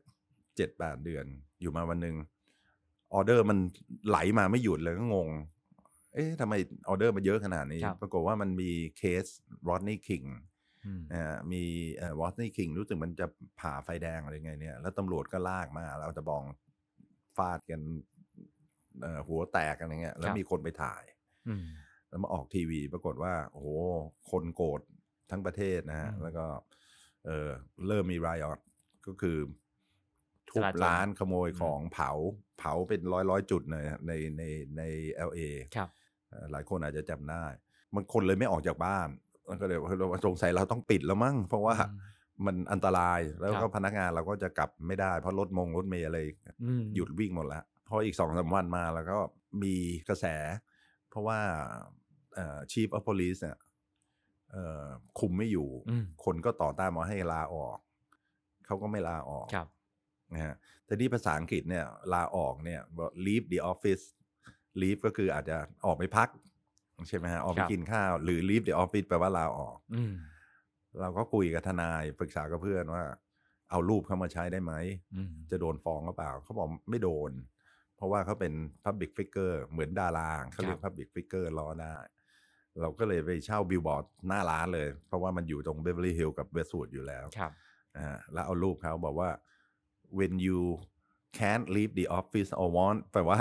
S1: เจ็ดแปดเดือน อยู่มาวันหนึ่งออเดอร์มันไหลมาไม่หยุดเลยก็งง เอ๊ะทำไมออเดอร์มันเยอะขนาดนี้ ปรากฏว่ามันมีเคสรอดนี่คิง
S3: อืม
S1: นะฮะมีวอสนี่คิงรู้สึกมันจะผ่าไฟแดงอะไรไงเนี่ย แล้วตำรวจก็ลากมาแล้วจะบองฟาดกันเอ่อหัวแตกอะไรเงี้ย แล้ว
S3: ครับ
S1: มีคนไปถ่าย
S3: อืม
S1: แล้วมาออกทีวีปรากฏว่า โอ้โห คนโกรธทั้งประเทศนะฮะ
S3: อืม
S1: แล้วก็เออเริ่มมีรายออตก็คือทุ
S3: จ
S1: บ
S3: ราจร
S1: ร้านขโมย
S3: อืม
S1: ของเผาเผาเป็นร้อยร้อยๆจุดเลยนะในในใน LA
S3: ครับ
S1: เอ่อหลายคนอาจจะจำได้ มันคนเลยไม่ออกจากบ้านมันก็เลยว่าสงสัยเราต้องปิดแล้วมั้ง เพราะว่ามันอันตราย แล้ว
S3: ครั
S1: ก็
S3: บ
S1: พนักงานเราก็จะกลับไม่ได้ เพราะรถมงรถเมย์อะไร
S3: อืม
S1: หยุดวิ่งหมดแล้ว พออีกสองสามวันมาแล้วก็มีกระแส เพราะว่าชีฟออฟพ i c e เนี่ยเอ่อคุมไม่อยู่
S3: อืม
S1: คนก็ต่อต้านมาให้ลาออก เขาก็ไม่ลาออก
S3: ครับ
S1: นะฮะแต่นี่ภาษาอังกฤษเนี่ยลาออกเนี่ยบอก leave the office leave ก็คืออาจจะออกไปพัก ใช่ไหมฮะ ออกไป
S3: ครับ
S1: กินข้าว หรือ leave the office แปลว่าลาออก
S3: อืม
S1: เราก็คุยกับทนายปรึกษากับเพื่อนว่า เอารูปเข้ามาใช้ได้ไหม
S3: อืม
S1: จะโดนฟ้องหรือเปล่า เขาบอกไม่โดน เพราะว่าเขาเป็น Public Figure เหมือนดาราเขาเรีย
S3: ครั
S1: ก
S3: บ
S1: Public Figure ล้อได้ เราก็เลยไปเช่าบิลบอร์ดหน้าร้านเลย เพราะว่ามันอยู่ตรงเบเวอร์ลี่ฮิลกับเวสต์วูดอยู่แล้ว
S3: ครับ
S1: นะฮะแล้วเอารูปเขาบอกว่า when you can't leave the office or want แปลว่า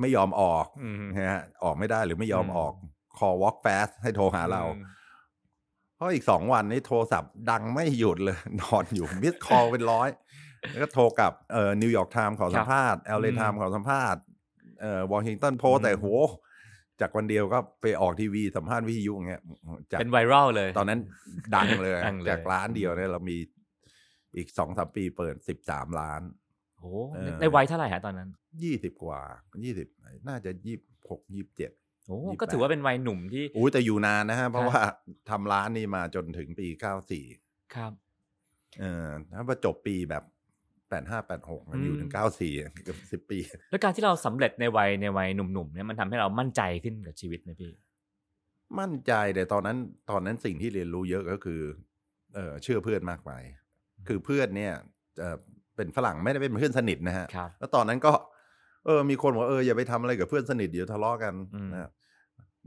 S1: ไม่ยอมออก
S3: อืม
S1: นะฮะออกไม่ได้หรือไม่ยอม
S3: อืม
S1: ออก call walk fast ให้โทรหาเรา เพราะอีกสองวันนี้โทรศัพท์ดังไม่หยุด [laughs] เลย นอนอยู่ มิสคอลเป็นร้อย แล้วก็โทรกลับเอ่อนิวยอร์กไทม์ขอสัมภาษณ์เอลเล
S3: อืม
S1: ไทม์ขอสัมภาษณ์เอ่อวอชิงตันโพส
S3: อืม
S1: แต่โห จากวันเดียวก็ไปออกทีวีสัมภาษณ์วิทยุอย่างเงี้ยจาก
S3: เป็นไวรัลเลย
S1: ตอนนั้นดังเลย
S3: ดังเลย
S1: จากร้านเดียวเนี่ยเรามีอีกสองสามปีเปิดสิบสามล้าน
S3: โอ้
S1: เออ
S3: ในวัยเท่าไหร่ฮะตอนนั้น
S1: ยี่สิบกว่ายี่สิบน่าจะยี่หกยี่เจ็ด
S3: โอ้
S1: ยี่สิบแปด
S3: ก็ถือว่าเป็นวัยหนุ่มที่
S1: อุ้ยแต่อยู่นานนะฮะ เพราะ
S3: ครับ
S1: ว่าทำร้านนี่มาจนถึงปีเก้าสี่
S3: ครับ
S1: เออถ้าว่าจบปีแบบแปดห้าแปดหกมันอยู่ถึง
S3: อืม
S1: เก้าสี่เกือบสิบ10 ปี
S3: แล้วการที่เราสำเร็จในวัยในวัยหนุ่มๆเนี่ยมันทำให้เรามั่นใจขึ้นกับชีวิตไหมพี่
S1: มั่นใจแต่ตอนนั้นตอนนั้นสิ่งที่เรียนรู้เยอะก็คือเออเชื่อเพื่อนมากไป คือเพื่อนเนี่ยเออเป็นฝรั่งไม่ได้เป็นเพื่อนสนิทนะฮะ
S3: ครับ
S1: แล้วตอนนั้นก็เออมีคนบอกเอออย่าไปทำอะไรกับเพื่อนสนิทเดี๋ยวทะเลาะกัน
S3: อืม
S1: นะฮะ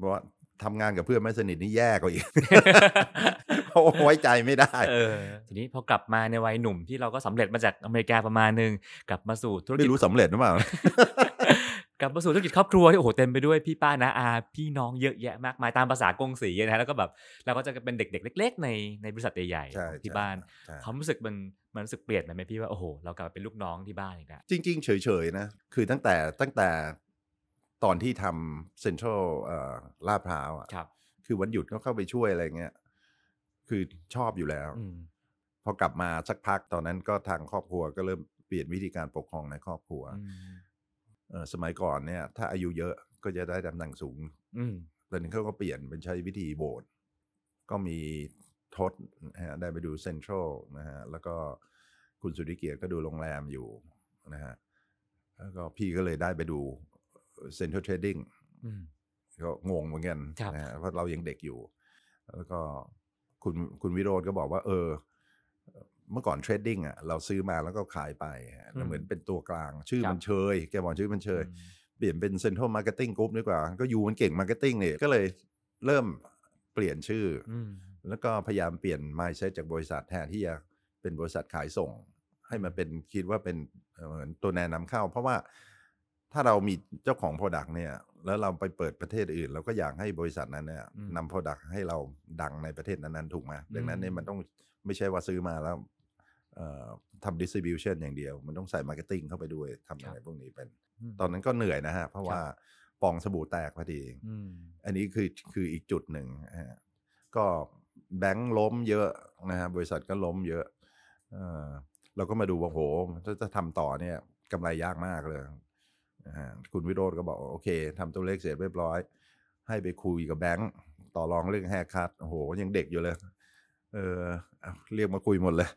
S1: บอกว่าทำงานกับเพื่อนไม่สนิทนี่แย่กว่าอีก [laughs] เพราะว่าไว้ใจไม่ได้
S3: เออทีนี้พอกลับมาในวัยหนุ่มที่เราก็สำเร็จมาจากอเมริกาประมาณหนึ่งกลับมาสู่ธุรกิ
S1: ไม่
S3: จ
S1: รู้สำเร็จหรือเปล่า
S3: [laughs] กลับมาสู่ธุรกิจครอบครัวที่โอ้โหเต็มไปด้วยพี่ป้านาอาพี่น้องเยอะแยะมากมายตามภาษากงสีนะฮะแล้วก็แบบเราก็จะเป็นเด็กๆ เล็ก ๆ ในในบริษัทใหญ่ๆ
S1: ใช่
S3: ของที่
S1: ใช่
S3: บ้าน
S1: ใช่
S3: ความรู้สึกมันมันรู้สึกเปลี่ยนไปไหมพี่ว่าโอ้โหเรากลับมาเป็นลูกน้องที่บ้านอีกแล้ว
S1: จริง ๆ เฉย ๆ นะ คือตั้งแต่ตั้งแต่ตอนที่ทำเซ็นทรัลลาดพร้าวอ่ะ
S3: ครับ
S1: คือวันหยุดก็เข้าไปช่วยอะไรเงี้ยคือชอบอยู่แล้ว
S3: อืม
S1: พอกลับมาสักพักตอนนั้นก็ทางครอบครัวก็เริ่มเปลี่ยนวิธีการปกครองในครอบครัว
S3: อืม
S1: เอ่อสมัยก่อนเนี่ย ถ้าอายุเยอะก็จะได้ตำแหน่งสูง
S3: อืม
S1: ตอนนี้เขาก็เปลี่ยนเป็นใช้วิธีโหวตก็มีทศนะฮะได้ไปดูเซ็นทรัลนะฮะแล้วก็คุณสุริเกียรติก็ดูโรงแรมอยู่นะฮะแล้วก็พี่ก็เลยได้ไปดูเซ็นทรัลเทรดดิ้ง
S3: อืม
S1: ก็งงเหมือนกัน
S3: ครับ
S1: นะฮะเพราะเรายังเด็กอยู่ แล้วก็คุณคุณวิโรธก็บอกว่า เออ เมื่อก่อนเทรดดิ้งอ่ะเราซื้อมาแล้วก็ขายไปฮะแล้วเหมือนเป็นตัวกลาง ชื่อมันเชยแกบอกชื่อมันเชย เปลี่ยนเป็นเซ็นทรัลมาร์เก็ตติ้งกรุ๊ปดีกว่า ก็อยู่มันเก่งมาร์เก็ตติ้งเนี่ยก็เลยเริ่มเปลี่ยนชื่ออ
S3: อืม
S1: แล้วก็พยายามเปลี่ยน mindset จากบริษัทแทนที่จะเป็นบริษัทขายส่ง ให้มันเป็นคิดว่าเป็นเอ่อเหมือนตัวแนนนำเข้า เพราะว่าถ้าเรามีเจ้าของ Product เนี่ย แล้วเราไปเปิดประเทศอื่น เราก็อยากให้บริษัทนั้นเนี่ยนำ Product ให้เราดังในประเทศนั้นๆถูกไหมดังนั้นเนี่ยมันต้องไม่ใช่ว่าซื้อมาแล้วเอ่อทำ distribution อย่างเดียว มันต้องใส่ marketing เข้าไปด้วยทำอะไรพวกนี้เป็น ตอนนั้นก็เหนื่อยนะฮะ เพราะว่าปองสบู่แตกพอดี
S3: อืม
S1: อันนี้คือคืออีกจุดหนึ่งนะฮะก็แบงค์ล้มเยอะนะฮะบริษัทก็ล้มเยอะเออเราก็มาดูว่าโหถ้าจะทำต่อเนี่ยกำไรยากมากเลยนะฮะคุณวิโรธก็บอกโอเคทำตัวเลขเสร็จเรียบร้อย ให้ไปคุยกับแบงค์ต่อรองเรื่องแฮกคัดโอ้โห ยังเด็กอยู่เลย เออเอาเรียกมาคุยหมดเลย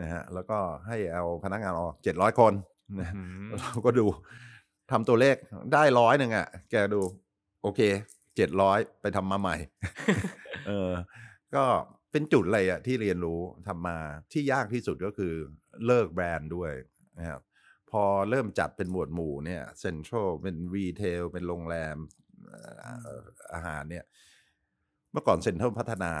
S1: นะฮะแล้วก็ให้เอาพนักงานออกเจ็ดร้อยคนนะฮะ
S3: อืม
S1: เราก็ดู [laughs] ทำตัวเลขได้ร้อยหนึ่งอ่ะ แกดู โอเคเจ็ดร้อยไปทำมาใหม่ [laughs] เออ ก็เป็นจุดอะไรอ่ะที่เรียนรู้ทำมาที่ยากที่สุดก็คือเลิกแบรนด์ด้วยนะครับพอเริ่มจัดเป็นหมวดหมู่เนี่ยเซ็นทรัลเป็นรีเทลเป็นโรงแรมเอ่ออาหารเนี่ย เมื่อก่อนเซ็นทรัลพัฒนา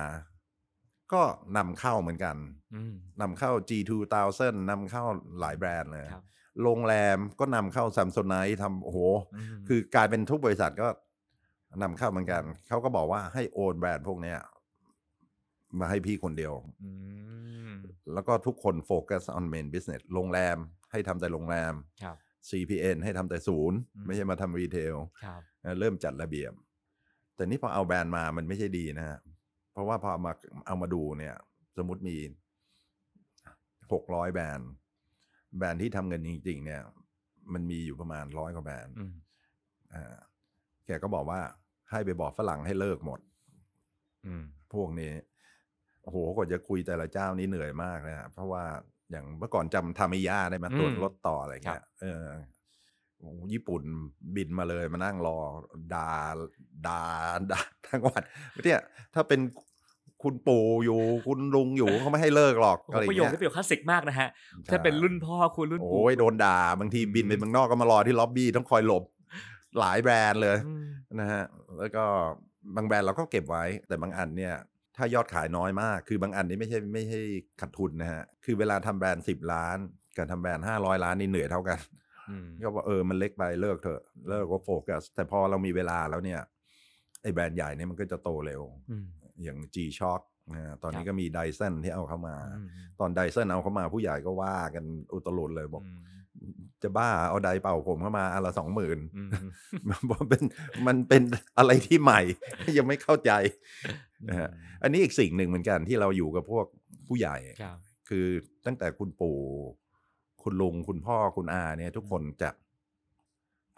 S1: ก็นำเข้าเหมือนกัน
S3: อืม
S1: นำเข้า G2000 นำเข้าหลายแบรนด์เลย
S3: ครับ
S1: โรงแรมก็นำเข้าซัมซุงไนท์ทำโอ้โห
S3: ม
S1: คือกลายเป็นทุกบริษัทก็นำเข้าเหมือนกัน เขาก็บอกว่าให้โอนแบรนด์พวกเนี้ยมาให้พี่คนเดียว
S3: ม
S1: แล้วก็ทุกคนโฟกัส on main business โรงแรมให้ทำแต่โรงแรม
S3: ครับ
S1: CPN ให้ทำแต่ศูนย์
S3: อืม
S1: ไม่ใช่มาทำรีเทล
S3: ครับ
S1: นะเริ่มจัดระเบียบ แต่นี่พอเอาแบรนด์มามันไม่ใช่ดีนะฮะ เพราะว่าพอเอามาเอามาดูเนี่ย สมมติมีหกร้อยแบรนด์ แบรนด์ที่ทำเงินจริง ๆ เนี่ย มันมีอยู่ประมาณร้อยกว่าแบรนด์
S3: อืม
S1: อ่าแกก็บอกว่าให้ไปบอกฝรั่งให้เลิกหมด
S3: อืม
S1: พวกนี้โอ้โหกว่าจะคุยแต่ละเจ้านี่เหนื่อยมากนะฮะเพราะว่าอย่างเมื่อก่อนจำทามิยาได้ไหมาตรวจรถต่ออะไรเงี้ยเออโอ้โหญี่ปุ่นบินมาเลยมานั่งรอดาดาดาทั้งวันเนี่ยถ้าเป็นคุณปู่อยู่คุณลุงอยู่เขาไม่ให้เลิกหรอก
S3: โอ้โห
S1: อะไร
S3: ประโยค
S1: เงี้ย
S3: ที่เป็นประโยคคลาสสิกมากนะฮะ
S1: ใช่
S3: ถ้าเป็นรุ่นพ่อคุณรุ่นปู่
S1: โอ้ยโดนด่าบางทีบินไปเมืองนอกก็มารอที่ล็อบบี้ต้องคอยหลบหลายแบรนด์เลย
S3: อืม
S1: นะฮะแล้วก็บางแบรนด์เราก็เก็บไว้ แต่บางอันเนี่ย ถ้ายอดขายน้อยมาก คือบางอันนี่ไม่ใช่ไม่ใช่ขาดทุนนะฮะคือเวลาทำแบรนด์10 ล้านกับทำแบรนด์500 ล้านนี่เหนื่อยเท่ากัน [laughs]
S3: อืม
S1: ก็บอกเออมันเล็กไปเลิกเถอะเลิกก็โฟกัสแต่พอเรามีเวลาแล้วเนี่ยไอแบรนด์ใหญ่เนี่ยมันก็จะโตเร็ว
S3: อืม
S1: อย่าง G Shock นะฮะตอน
S3: ค
S1: นี้
S3: รับ
S1: ก็มีไดเซนที่เอาเข้ามา
S3: อืม
S1: ตอนไดเซนเอาเข้ามาผู้ใหญ่ก็ว่ากันอุตลุดเลยบอก
S3: อืม
S1: จะบ้าเอาไดเป่าผมเข้ามาอันละสองหมื่น
S3: อืม
S1: [laughs] มันเป็นมันเป็นอะไรที่ใหม่ [laughs] ยังไม่เข้าใจ นะฮะ อันนี้อีกสิ่งหนึ่งเหมือนกันที่เราอยู่กับพวกผู้ใหญ่
S3: ครับ
S1: คือตั้งแต่คุณปู่ คุณลุง คุณพ่อคุณอาเนี่ย ทุกคนจะ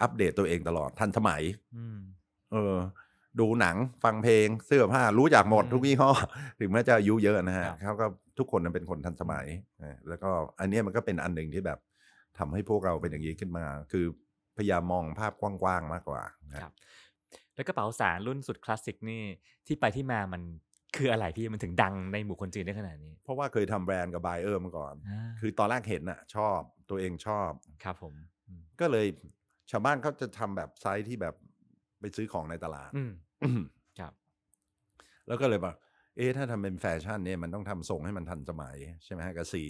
S1: อัปเดตตัวเองตลอดทันสมัย
S3: อืม
S1: เออ ดูหนังฟังเพลงเสื้อผ้ารู้จักหมด
S3: อืม
S1: ทุกยี่ห้อ [laughs] ถึงแม้จะอายุเยอะนะฮะ
S3: ครับ
S1: เขาก็ทุกคนนะเป็นคนทันสมัยอ่าแล้วก็อันเนี้ยมันก็เป็นอันหนึ่งที่แบบทำให้พวกเราเป็นอย่างนี้ขึ้นมา คือพยายามมองภาพกว้างๆมากกว่านะครับ
S3: แล้วกระเป๋าสารรุ่นสุดคลาสสิกนี่ที่ไปที่มามันคืออะไรพี่มันถึงดังในหมู่คนจีนได้ขนาดนี้
S1: เพราะว่าเคยทำแบรนด์กับไบเออร์มาก่อน
S3: อ่า
S1: คือตอนแรกเห็นน่ะ ชอบตัวเองชอบ
S3: ครับผมอืม
S1: ก็เลยชาวบ้านเขาจะทำแบบไซส์ที่แบบไปซื้อของในตลาด
S3: อืม ครับ
S1: แล้วก็เลยบอกเอ๊ะถ้าทำเป็นแฟชั่นเนี่ยมันต้องทำทรงให้มันทันสมัยใช่ไหมฮะกับสี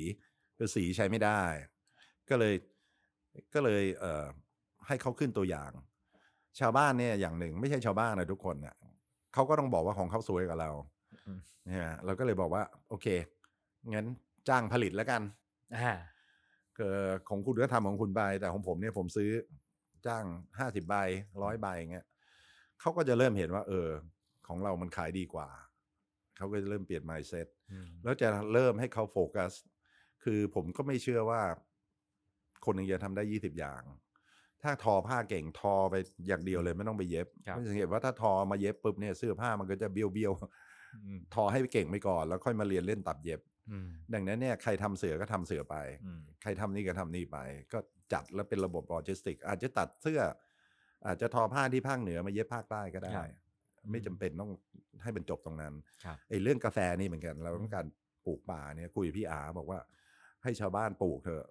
S1: คือสีใช้ไม่ได้ ก็เลยก็เลยเอ่อให้เขาขึ้นตัวอย่าง ชาวบ้านเนี่ยอย่างหนึ่งไม่ใช่ชาวบ้านนะทุกคนเนี่ยเขาก็ต้องบอกว่าของเขาสวยกว่าเรา
S3: อืม
S1: เนี่ยฮะเราก็เลยบอกว่า โอเคงั้นจ้างผลิตแล้วกัน
S3: อ่า
S1: เอ่อของคุณก็ทำของคุณไปแต่ของผมเนี่ยผมซื้อจ้างห้าสิบใบร้อยใบอย่างเงี้ยเขาก็จะเริ่มเห็นว่า เออ ของเรามันขายดีกว่า เขาก็จะเริ่มเปลี่ยน mindset
S3: อืม
S1: แล้วจะเริ่มให้เขาโฟกัส คือผมก็ไม่เชื่อว่า คนหนึ่งจะทำได้ยี่สิบอย่าง ถ้าทอผ้าเก่งทอไปอย่างเดียวเลยไม่ต้องไปเย็บไม่สังเกตว่าถ้าทอมาเย็บปุ๊บเนี่ยเสื้อผ้ามันก็จะเบี้ยวเบี้ยว
S3: อืม
S1: ๆทอให้เก่งไปก่อน แล้วค่อยมาเรียนเล่นตัดเย็บ
S3: อืม
S1: ดังนั้นเนี่ยใครทำเสือก็ทำเสือไป
S3: อืม
S1: ใครทำนี่ก็ทำนี่ไป ก็จัดแล้วเป็นระบบโลจิสติก อาจจะตัดเสื้อ อาจจะทอผ้าที่ภาคเหนือมาเย็บภาคใต้ก็ได้ ไม่จำเป็นต้องให้มันจบตรงนั้น
S3: ครับ
S1: ไอ้เรื่องกาแฟนี่เหมือนกัน เราต้องการปลูกป่าเนี่ยคุยกับพี่อาบอกว่า ให้ชาวบ้านปลูกเถอะ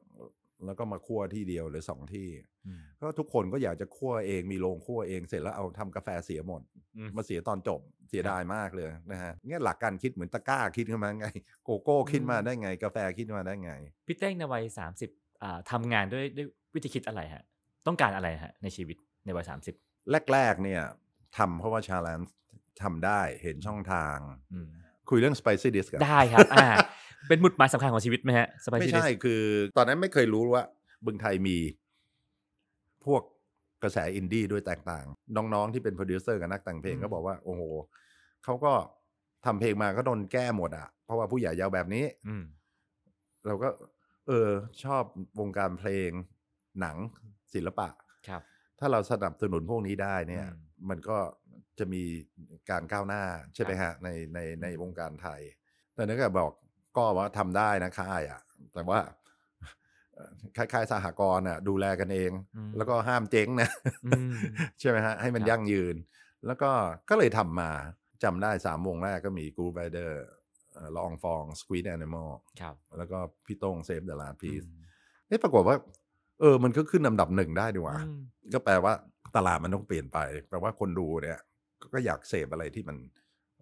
S1: แล้วก็มาคั่วที่เดียวหรือสองที่
S3: อืม
S1: ก็ทุกคนก็อยากจะคั่วเองมีโรงคั่วเองเสร็จแล้วเอาทำกาแฟเสียหมด
S3: อืม
S1: มาเสียตอนจบเสียดายมากเลยนะฮะเนี่ยหลักการคิดเหมือนตะกร้าคิดขึ้นมาไง โกโก้คิดมาได้ไง กาแฟคิดมาได้ไง
S3: พี่เต้งในวัยสามสิบอ่าทำงานด้วยด้วยวิธีคิดอะไรฮะ ต้องการอะไรฮะ ในชีวิตในวัยสามสิบ
S1: แรก ๆ เนี่ยทำเพราะว่าชาลันทำได้เห็นช่องทาง
S3: อืม
S1: คุยเรื่อง spicy dish กัน
S3: ได้ครับ อ่า เป็นหมุดหมายสำคัญของชีวิตไหมฮะสบาย
S1: ไม่
S3: ชีวิต
S1: ใช่คือตอนนั้นไม่เคยรู้ว่าเมืองไทยมีพวกกระแสอินดี้ด้วยแตกต่าง น้อง ๆ ที่เป็นโปรดิวเซอร์กับนักแต่งเพลง
S3: อืม
S1: ก็บอกว่า โอ้โหเขาก็ทำเพลงมาก็โดนแก้หมดอ่ะ เพราะว่าผู้ใหญ่ยาวแบบนี้
S3: อืม
S1: เราก็ เออ ชอบวงการเพลงหนังศิลปะ
S3: ครับ
S1: ถ้าเราสนับสนุนพวกนี้ได้เนี่ย
S3: อืม
S1: มันก็จะมีการก้าวหน้า ใช่ไหมฮะ ในในในวงการไทย แต่นั่นก็บอกก็ว่าทำได้นะค่ายอ่ะ แต่ว่า [laughs] เอ่อคล้ายๆสหกรณ์อ่ะ ดูแลกันเอง
S3: อืม
S1: แล้วก็ห้ามเจ๊งนะ [laughs]
S3: อืม
S1: ใช่ไหมฮะ ให้มัน
S3: ครับ
S1: ยั่งยืน แล้วก็ก็เลยทำมาจำได้สามวงแรกก็มีกูไบเดอร์ลองฟองสควีดแอนิมอล
S3: ครับ
S1: แล้วก็พี่โต้งเซฟเดอะลาพีส
S3: อืม
S1: เอ๊ะปรากฏว่า เออ มันก็ขึ้นลำดับหนึ่งได้ดีว่า
S3: อืม
S1: ก็แปลว่าตลาดมันต้องเปลี่ยนไป แปลว่าคนดูเนี่ย ก็อยากเสพอะไรที่มัน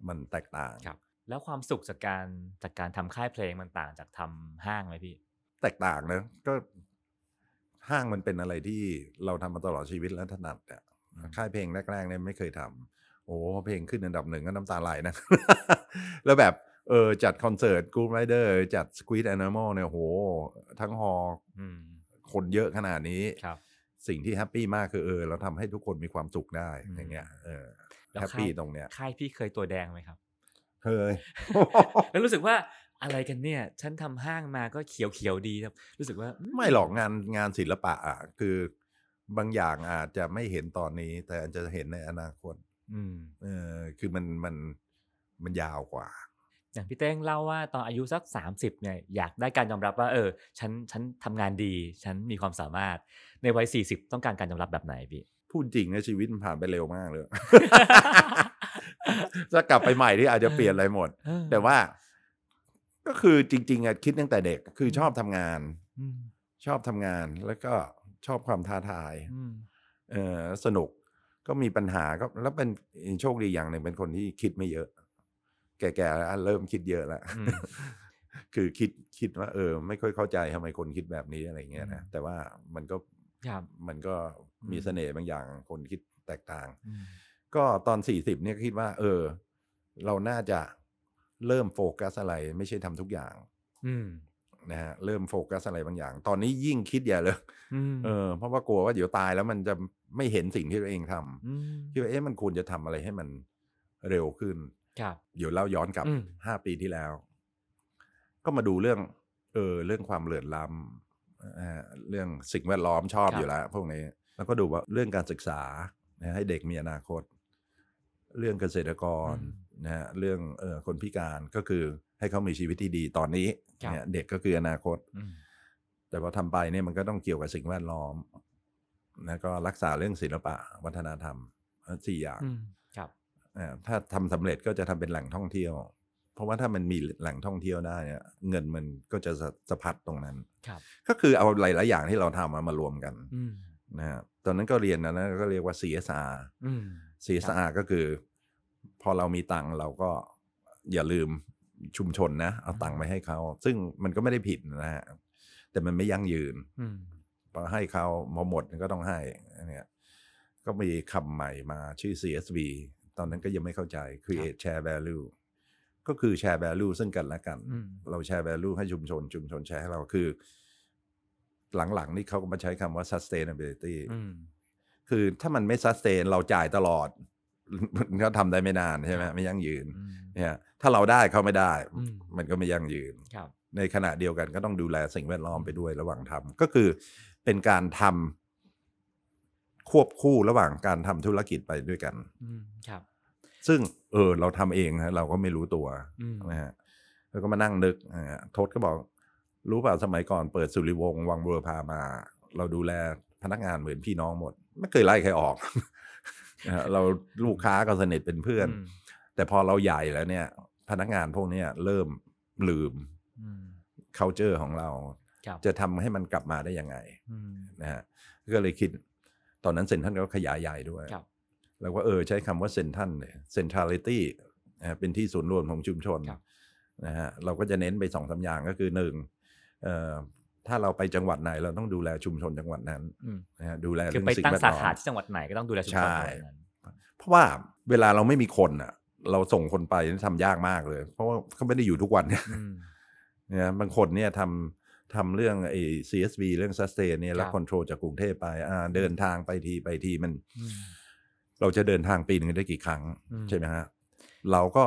S1: มันแตกต่าง
S3: ครับ แล้วความสุขจากการจากการทำค่ายเพลงมันต่างจากทำห้างไหมพี่
S1: แตกต่างนะก็ห้างมันเป็นอะไรที่เราทำมาตลอดชีวิตและถนัดเนี่ยค่ายเพลงแรกๆเนี่ยไม่เคยทำโอ้เพลงขึ้นอันดับหนึ่งก็น้ำตาไหลนะ [laughs] แล้วแบบเออจัดคอนเสิร์ตกรู o ไรเดอร์จัดสควีดแอนิมอลเนี่ยโห ทั้งฮอลล์
S3: อืม
S1: คนเยอะขนาดนี้
S3: ครับ
S1: สิ่งที่แฮปปี้มากคือเออเราทำให้ทุกคนมีความสุขได้
S3: อืม
S1: อย่างเงี้ยเออ
S3: ล้ว
S1: แฮปปี้
S3: ค่าย
S1: ตรงเนี้ย
S3: ค่ายพี่เคยตัวแดงไหมครับ
S1: เคย [laughs]
S3: แล้วรู้สึกว่าอะไรกันเนี่ย ฉันทำห้างมาก็เขียวเขียวๆดีครับ รู้สึกว่าอืม
S1: ไม่หรอกงานงานศิลปะอ่ะคือบางอย่างอาจจะไม่เห็นตอนนี้ แต่อาจจะเห็นในอนาคต
S3: อืม
S1: เออคือมันมันมันยาวกว่า
S3: อย่างพี่เต้งเล่าว่าตอนอายุสัก 30เนี่ยอยากได้การยอมรับว่า เออ ฉันฉันทำงานดี ฉันมีความสามารถในวัย 40 ต้องการการยอมรับแบบไหนพี่ [laughs]
S1: พูดจริงนะชีวิตมันผ่านไปเร็วมากเลย [laughs] ถ้ากลับไปใหม่ที่อาจจะเปลี่ยนอะไรหมด
S3: เออ
S1: แต่ว่าก็คือจริง ๆอ่ะคิดตั้งแต่เด็กคือชอบทำงาน
S3: อืม
S1: ชอบทำงานแล้วก็ชอบความท้าทาย
S3: อืม
S1: เออสนุกก็มีปัญหาก็แล้วเป็นโชคดีอย่างหนึ่งเป็นคนที่คิดไม่เยอะ แก่ๆแล้วเริ่มคิดเยอะแล้ว
S3: อืม
S1: [laughs] คือคิดคิดว่าเออ ไม่ค่อยเข้าใจทำไมคนคิดแบบนี้อะไรเงี้ยนะ
S3: อืม
S1: แต่ว่ามันก็
S3: ครับ
S1: มันก็มี
S3: อืม
S1: เสน่ห์บางอย่างคนคิดแตกต่าง
S3: อืม
S1: ก็ตอนสี่สิบเนี่ยก็คิดว่า เออ เราน่าจะ เริ่มโฟกัสอะไรไม่ใช่ทำทุกอย่าง
S3: อืม
S1: นะฮะเริ่มโฟกัสอะไรบางอย่าง ตอนนี้ยิ่งคิดอย่าเลย
S3: อืม
S1: เออเพราะว่ากลัวว่าเดี๋ยวตายแล้วมันจะไม่เห็นสิ่งที่ตัวเองทำ
S3: ม
S1: คิดว่าเอ๊ะมันควรจะทำอะไรให้มันเร็วขึ้น
S3: ครับ
S1: เดี๋ยวเล่าย้อนกลับ
S3: อืม
S1: ห้าปีที่แล้ว ก็มาดูเรื่อง เออ เรื่องความเหลื่อมล้ำอ่าเรื่องสิ่งแวดล้อมชอบอยู่แล้วพวกนี้ แล้วก็ดูว่าเรื่องการศึกษานะให้เด็กมีอนาคต เรื่องเกษตรกร
S3: อืม
S1: นะฮะเรื่องเออคนพิการก็คือให้เขามีชีวิตที่ดีตอนนี้
S3: ครับ
S1: เนี่ยเด็กก็คืออนาคต
S3: อืม
S1: แต่พอทำไปเนี่ยมันก็ต้องเกี่ยวกับสิ่งแวดล้อม แล้วก็รักษาเรื่องศิลปะ วัฒนธรรมสี่อย่าง
S3: อืมครับ
S1: อ่าถ้าทำสำเร็จก็จะทำเป็นแหล่งท่องเที่ยว เพราะว่าถ้ามันมีแหล่งท่องเที่ยวได้เนี่ยเงินมันก็จะสะสะพัดตรงนั้น
S3: ครับ
S1: ก็คือเอาหลายๆอย่างที่เราทำมามารวมกัน
S3: อืม
S1: นะฮะตอนนั้นก็เรียนนะนะก็เรียกว่า CSR
S3: อืม
S1: CSR ก็คือ พอเรามีตังค์เราก็อย่าลืมชุมชนนะเอาตังค์ไปให้เขา ซึ่งมันก็ไม่ได้ผิดนะฮะแต่มันไม่ยั่งยืน
S3: อืม
S1: พอให้เขาพอหมดก็ต้องให้อันเนี่ยก็มีคำใหม่มาชื่อ CSV ตอนนั้นก็ยังไม่เข้าใจ Create Share Value ก็คือ Share Value ซึ่งกันและกัน
S3: อืม
S1: เราแชร์ value ให้ชุมชน ชุมชนแชร์ให้เราคือ หลังๆ นี่เขาก็มาใช้คำว่า sustainability
S3: อืม
S1: คือถ้ามันไม่ sustain เราจ่ายตลอด [laughs] มันก็ทำได้ไม่นานใช่ไหม
S3: ครับ
S1: ไม่ยั่งยืน
S3: อืม
S1: เนี่ยถ้าเราได้เขาไม่ได้
S3: อืม
S1: มันก็ไม่ยั่งยืน
S3: ครับ
S1: ในขณะเดียวกันก็ต้องดูแลสิ่งแวดล้อมไปด้วยระหว่างทำก็คือเป็นการทำควบคู่ระหว่างการทำธุรกิจไปด้วยกัน
S3: อืมครับ
S1: ซึ่งเออเราทำเองนะเราก็ไม่รู้ตัว
S3: อืม
S1: นะฮะแล้วก็มานั่งนึกนะฮะทศก็บอก รู้เปล่าสมัยก่อนเปิดสุริวงศ์วังบุรพามา เราดูแลพนักงานเหมือนพี่น้องหมด ไม่เคยไล่ใครออก [laughs] นะฮะเราลูกค้าก็สนิทเป็นเพื่อน
S3: ม
S1: แต่พอเราใหญ่แล้วเนี่ย พนักงานพวกเนี้ยเริ่มลืม
S3: อืม
S1: culture ของเรา
S3: ครับ
S1: จะทำให้มันกลับมาได้ยังไง
S3: อืม
S1: นะฮะก็เลยคิด ตอนนั้นเซนทรันก็ขยายใหญ่ด้วย
S3: ครับ
S1: แล้วก็เออใช้คำว่าเซนทรันเนี่ยเซนทรัลิตี้เป็นที่ศูนย์รวมของชุมชน
S3: ครับ
S1: นะฮะเราก็จะเน้นไปสองสามอย่างก็คือหนึ่งเอ่อถ้าเราไปจังหวัดไหน เราต้องดูแลชุมชนจังหวัดนั้น
S3: อืม
S1: นะฮะดูแล
S3: คือ
S1: เรื่อ
S3: ไป
S1: งสิ่ง
S3: ตั้ง
S1: แวด
S3: สา
S1: ล้อ
S3: ขาม ที่จังหวัดไหนก็ต้องดูแลชุมชน
S1: ใช่
S3: จังหวัดนั้น
S1: เพราะว่าเวลาเราไม่มีคนอ่ะ เราส่งคนไปนี่ทำยากมากเลย เพราะว่าเขาไม่ได้อยู่ทุกวันเนี่ย
S3: อืม
S1: นะบางคนเนี่ยทำทำเรื่องไอ้ CSV เรื่อง sustain เนี่ยแล้ว
S3: ครับ
S1: คอนโทรลจากกรุงเทพไปอ่าเดินทางไปทีไปทีมัน
S3: อืม
S1: เราจะเดินทางปีหนึ่งได้กี่ครั้ง
S3: อืม
S1: ใช่ไหมฮะ เราก็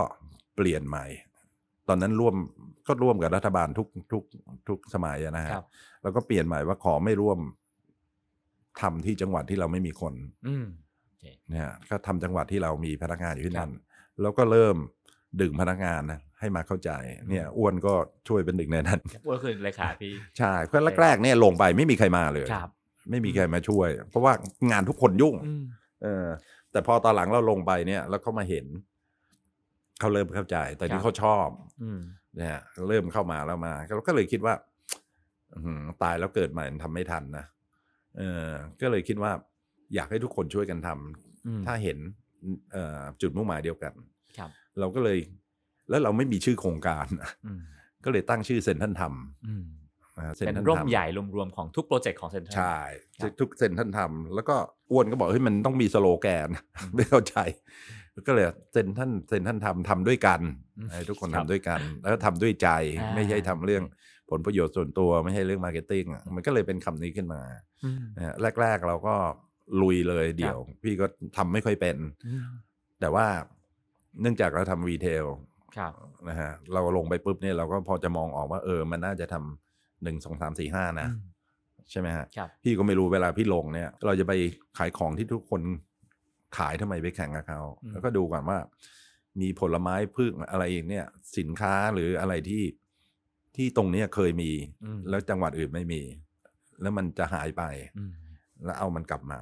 S1: เปลี่ยนใหม่ ตอนนั้นร่วมก็ร่วมกับรัฐบาลทุกทุกทุกสมัยอะนะฮะ
S3: ครับ
S1: แล้วก็เปลี่ยนใหม่ว่าขอไม่ร่วมทำที่จังหวัดที่เราไม่มีคน
S3: อืม
S1: นะฮะก็ทำจังหวัดที่เรามีพนักงานอยู่ที่นั่น แล้วก็เริ่มดึงพนักงานนะให้มาเข้าใจเนี่ยอ้วนก็ช่วยเป็นหนึ่งในนั้น
S3: ก็คือเลยค่ะพี่
S1: ใช่เพื่อนแรกๆเนี่ยลงไปไม่มีใครมาเลย
S3: ครับ
S1: ไม่มีใครมาช่วย เพราะว่างานทุกคนยุ่ง
S3: อืม
S1: เออ แต่พอตอนหลังเราลงไปเนี่ย แล้วเขามาเห็น เขาเริ่มเข้าใจ แต่
S3: ครั
S1: นี่
S3: บ
S1: เขาชอบ
S3: อืม
S1: เนี่ยเริ่มเข้ามาแล้วมาเราก็เลยคิดว่าอื้อหือตายแล้วเกิดใหม่มันทำไม่ทันนะเออ ก็เลยคิดว่า อยากให้ทุกคนช่วยกันทำ
S3: อืม
S1: ถ้าเห็นเอ่อจุดมุ่งหมายเดียวกัน
S3: ครับ
S1: เราก็เลย แล้วเราไม่มีชื่อโครงการนะ
S3: อืม
S1: ก็เลยตั้งชื่อเซนทันท
S3: อืม
S1: ำะฮะ
S3: เป็น
S1: Central
S3: ร่ม
S1: ธรร
S3: ใหญ่รวมๆของทุกโปรเจกต์ของเซ็นทรัล
S1: ใช่
S3: ครับ
S1: ทุกเซนท่านทำแล้วก็อ้วนก็บอกเฮ้ยมันต้องมีสโลแกน [laughs] ไม่เข้าใจก็เลยเซนท่านเซนท่านทำทำด้วยกัน
S3: อืม
S1: ให้ทุกคน
S3: ครั
S1: ทำ
S3: บ
S1: ด้วยกัน แล้วทำด้วยใจ
S3: อ่า
S1: ไม่ใช่ทำเรื่องผลประโยชน์ส่วนตัวไม่ใช่เรื่องมาร์เก็ตติ้งมันก็เลยเป็นคำนี้ขึ้นมา
S3: อืม
S1: นะฮะแรก ๆ เราก็ลุยเลยเดี่ยว พี่ก็ทำไม่ค่อยเป็น
S3: อืม
S1: แต่ว่าเนื่องจากเราทำรีเทล
S3: ครับ
S1: นะฮะเราลงไปปุ๊บเนี่ยเราก็พอจะมองออกว่าเออมันน่าจะทำหนึ่งสองสามสี่ห้านะ
S3: อืม
S1: ใช่ไหมฮะ
S3: ครับ
S1: พี่ก็ไม่รู้เวลาพี่ลงเนี่ย เราจะไปขายของที่ทุกคนขายทำไมไปแข่งกับเขา
S3: อืม
S1: แล้วก็ดูก่อนว่า มีผลไม้พืชอะไรเนี่ย สินค้าหรืออะไรที่ที่ตรงเนี้ยเคยมี
S3: อืม
S1: แล้วจังหวัดอื่นไม่มี แล้วมันจะหายไป
S3: อืม
S1: แล้วเอามันกลับมา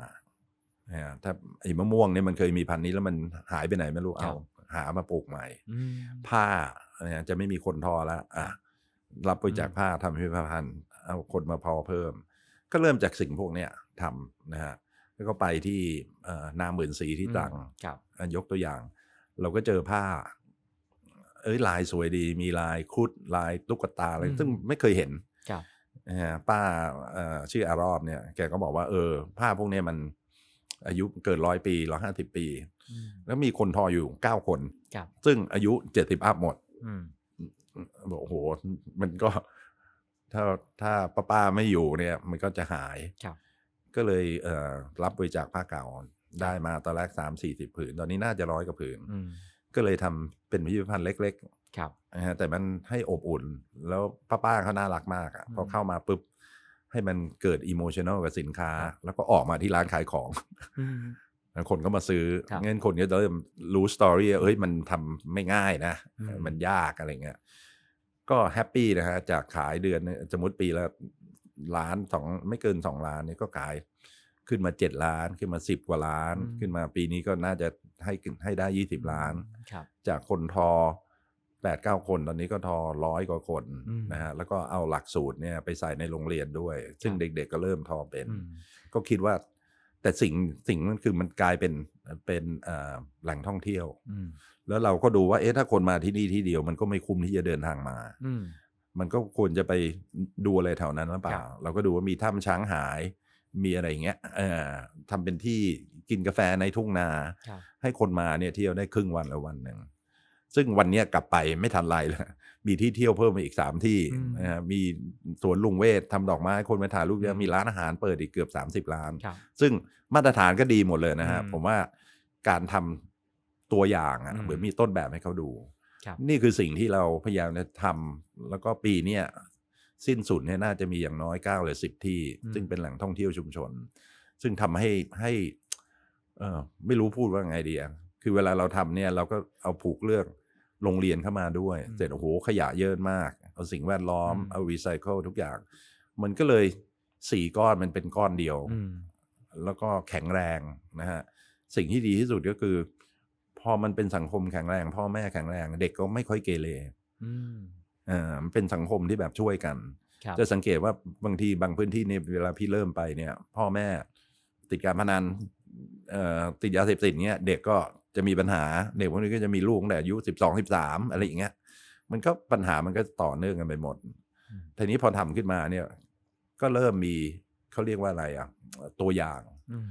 S1: นะฮะถ้าไอ้มะม่วงเนี่ยมันเคยมีพันธุ์นี้แล้วมันหายไปไหนไม่รู้
S3: ครั
S1: เอา
S3: บ
S1: หามาปลูกใหม่
S3: อืม
S1: ผ้าเนี่ยจะไม่มีคนทอแล้วอ่ะรับบริจาคผ้าทำพิพิธภัณฑ์เอาคนมาพอเพิ่ม ก็เริ่มจากสิ่งพวกเนี้ยทำนะฮะแล้วก็ไปที่เอ่อนาหมื่นสีที่ตรัง
S3: ครับ
S1: อ่ะยกตัวอย่าง เราก็เจอผ้า เอ้ยลายสวยดี มีลายครุฑลายตุ๊กตาอะไร
S3: อืม
S1: ซึ่งไม่เคยเห็น
S3: ครับ
S1: นะฮะป้าเอ่อชื่ออารอบเนี่ย แกก็บอกว่าเออ ผ้าพวกเนี้ยมัน อายุเกินร้อยปีร้อยห้าสิบปี
S3: อืม
S1: แล้วมีคนทออยู่เก้าคน
S3: ครับ
S1: ซึ่งอายุเจ็ดสิบอัพหมด
S3: อืม
S1: บอกโอ้โหมันก็ถ้าถ้าป้าป้าไม่อยู่เนี่ย มันก็จะหาย
S3: ครับ
S1: ก็เลยเอ่อรับบริจาคผ้าเก่าได้มาตอนแรกสามสี่สิบผืน ตอนนี้น่าจะร้อยกว่าผืน
S3: อืม
S1: ก็เลยทำเป็นพิพิธภัณฑ์เล็ก
S3: ครับ
S1: ๆนะฮะแต่มันให้อบอุ่น แล้วป้าป้าเขาน่ารักมากอะ
S3: อืม
S1: พอเข้ามาปุ๊บ ให้มันเกิดอิโมชัน a ลกับสินค้า
S3: ครับ
S1: แล้วก็ออกมาที่ร้านขายของ
S3: อืม
S1: คนก็มาซื้อ
S3: ครับ
S1: เงินคนก็จะเริ่มรู้สตอรี่เอ้ยมันทำไม่ง่ายนะ
S3: อืม
S1: มันยากอะไรเงี้ยก็แฮปปี้นะฮะจากขายเดือนเนี่ยสมมติปีละล้านสองไม่เกินสองล้านเนี่ยก็ขายขึ้นมาเจ็ดล้านขึ้นมาสิบกว่าล้าน ขึ้นมาปีนี้ก็น่าจะให้ขึ้นให้ได้ยี่สิบล้าน
S3: ครับ
S1: จากคนทอแปดเก้าคนตอนนี้ก็ทอร้อยกว่าคน
S3: อืม
S1: นะฮะแล้วก็เอาหลักสูตรเนี่ยไปใส่ในโรงเรียนด้วย ซึ่ง
S3: ครับ
S1: เด็กๆก็เริ่มทอเป็น
S3: อืม
S1: ก็คิดว่า แต่สิ่งสิ่งนั้นคือมันกลายเป็นเป็นเอ่อแหล่งท่องเที่ยว
S3: อืม
S1: แล้วเราก็ดูว่าเอ๊ะถ้าคนมาที่นี่ที่เดียว มันก็ไม่คุ้มที่จะเดินทางมา
S3: อืม
S1: มันก็ควรจะไปดูอะไรแถวนั้นหรือเป
S3: ครั
S1: ล่า
S3: บ
S1: เราก็ดูว่ามีถ้ำช้างหาย มีอะไรอย่างเงี้ยเอ่อทำเป็นที่กินกาแฟในทุ่งนา
S3: ครับ
S1: ให้คนมาเนี่ยเที่ยวได้ครึ่งวันละวันหนึ่งซึ่งวันเนี้ยกลับไปไม่ทันไรแล้ว มีที่เที่ยวเพิ่มมาอีกสามที่
S3: อืม
S1: นะฮะมีสวนลุงเวททำดอกไม้คนมาถ่ายรูปเย
S3: อื
S1: อะ
S3: ม
S1: มีร้านอาหารเปิดอีกเกือบสามสิบร้าน
S3: ครับ
S1: ซึ่งมาตรฐานก็ดีหมดเลยนะฮะ
S3: อืม
S1: ผมว่าการทำตัวอย่างอะ
S3: อืม
S1: เหมือนมีต้นแบบให้เขาดู
S3: ครับ
S1: นี่คือสิ่งที่เราพยายามจะทำแล้วก็ปีเนี้ยสิ้นสุดเนี่ยน่าจะมีอย่างน้อย9ก้าหรือสิบที่
S3: อืม
S1: ซึ่งเป็นแหล่งท่องเที่ยวชุมชน ซึ่งทำให้ให้เออไม่รู้พูดว่าไงดีอะคือเวลาเราทำเนี่ยเราก็เอาผูกเรื่องโรงเรียนเข้ามาด้วย
S3: อืม
S1: เสร็จโอ้โหขยะเยอะมาก เอาสิ่งแวดล้อม
S3: อืม
S1: เอารีไซเคิลทุกอย่าง มันก็เลยสี่ก้อนมันเป็นก้อนเดียว
S3: อืม
S1: แล้วก็แข็งแรงนะฮะสิ่งที่ดีที่สุดก็คือ พอมันเป็นสังคมแข็งแรง พ่อแม่แข็งแรง เด็กก็ไม่ค่อยเกเร
S3: อืม
S1: เอ่ามันเป็นสังคมที่แบบช่วยกัน
S3: ครับ
S1: จะสังเกตว่าบางทีบางพื้นที่เนี่ยเวลาพี่เริ่มไปเนี่ย พ่อแม่ติดการพนันเอ่อติดยาเสพติดเนี้ยเด็กก็จะมีปัญหาเด็กพวกนี้ก็จะมีลูกตั้งแต่อายุสิบสองสิบสามอะไรอย่างเงี้ย มันก็ปัญหามันก็ต่อเนื่องกันไปหมด
S3: อืม
S1: ทีนี้พอทำขึ้นมาเนี่ยก็เริ่มมีเขาเรียกว่าอะไรอะตัวอย่าง
S3: อืม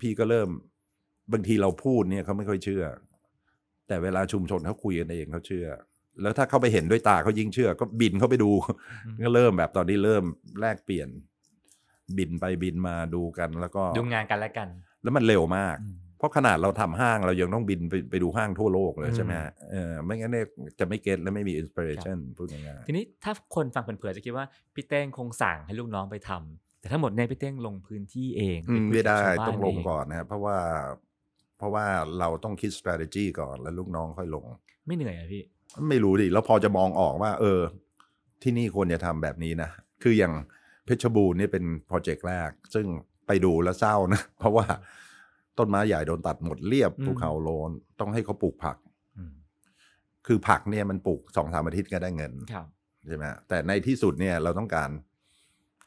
S1: พี่ก็เริ่มบางทีเราพูดเนี่ยเขาไม่ค่อยเชื่อ แต่เวลาชุมชนเขาคุยกันเองเขาเชื่อ แล้วถ้าเขาไปเห็นด้วยตาเขายิ่งเชื่อ ก็บินเขาไปดู
S3: อืม
S1: ก็เริ่มแบบตอนนี้เริ่มแลกเปลี่ยน บินไปบินมาดูกัน แล้วก็
S3: ดูงานกันแล้วกัน
S1: แล้วมันเร็วมาก
S3: อืม
S1: เพราะขนาดเราทำห้างเรายังต้องบินไปไปดูห้างทั่วโลกเลยใช่ไหม
S3: อืม
S1: ฮะเออไม่งั้นเนี่ยจะไม่เก็ตและไม่มีอินสปิเรชันพูดง่าย
S3: ทีนี้ถ้าคนฟังเผินๆจะคิดว่าพี่เต้งคงสั่งให้ลูกน้องไปทำแต่ทั้งหมดเนี่ยพี่เต้งลงพื้นที่เอง
S1: ๆอืมไม่ได้
S3: ปคุยกับชาวบ้า
S1: ต้องลง
S3: เ
S1: ก่อนนะครับเพราะว่าเพราะว่าเราต้องคิด strategy ก่อนแล้วลูกน้องค่อยลง
S3: ไม่เหนื่อยอะพี่
S1: ไม่รู้ดิ แล้วพอจะมองออกว่า เออ ที่นี่ควรจะทำแบบนี้นะ คืออย่างเพชรบูรณ์เนี่ยเป็นโปรเจกต์แรก ซึ่งไปดูแล้วเศร้านะ [laughs] เพราะว่าต้นไม้ใหญ่โดนตัดหมดเรียบ
S3: อืม
S1: ภูเขาโลน ต้องให้เขาปลูกผัก
S3: อืม
S1: คือผักเนี่ยมันปลูกสองสามอาทิตย์ก็ได้เงิน
S3: ครับ
S1: ใช่ไหมแต่ในที่สุดเนี่ยเราต้องการ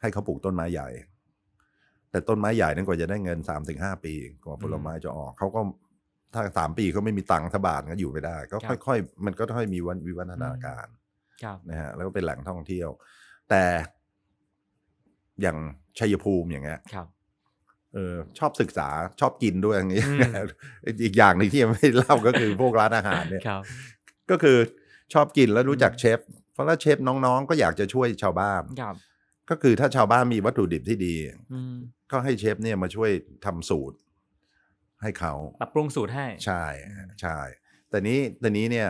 S1: ให้เขาปลูกต้นไม้ใหญ่ แต่ต้นไม้ใหญ่นั้นกว่าจะได้เงินสามถึงห้าปีกว่าผลไม้จะออก เขาก็ถ้าสามปีเขาไม่มีตังค์สกบาทก็อยู่ไม่ได้ ก็
S3: ครับ
S1: ค่อยๆ มันก็ค่อยมีวันวิวัฒนาการ
S3: ครับ
S1: นะฮะแล้วก็เป็นแหล่งท่องเที่ยว แต่อย่างชัยภูมิอย่างเงี้ย
S3: ครับ
S1: เออชอบศึกษาชอบกินด้วยอย่างเงี้ย
S3: อืม
S1: [laughs] อีกอย่างหนึ่งที่ยังไม่เล่าก็คือพวกร้านอาหารเนี่ย
S3: ครับ
S1: ก็คือชอบกินแล้วรู้จักเชฟเพราะว่าเชฟน้องๆ ก็อยากจะช่วยชาวบ้าน
S3: ครับ
S1: ก็คือถ้าชาวบ้านมีวัตถุดิบที่ดี
S3: อืม
S1: ก็ให้เชฟเนี่ยมาช่วยทำสูตรให้เขา
S3: ปรับปรุงสูตรให้
S1: ใช่ใช่แต่นี้แต่นี้เนี่ย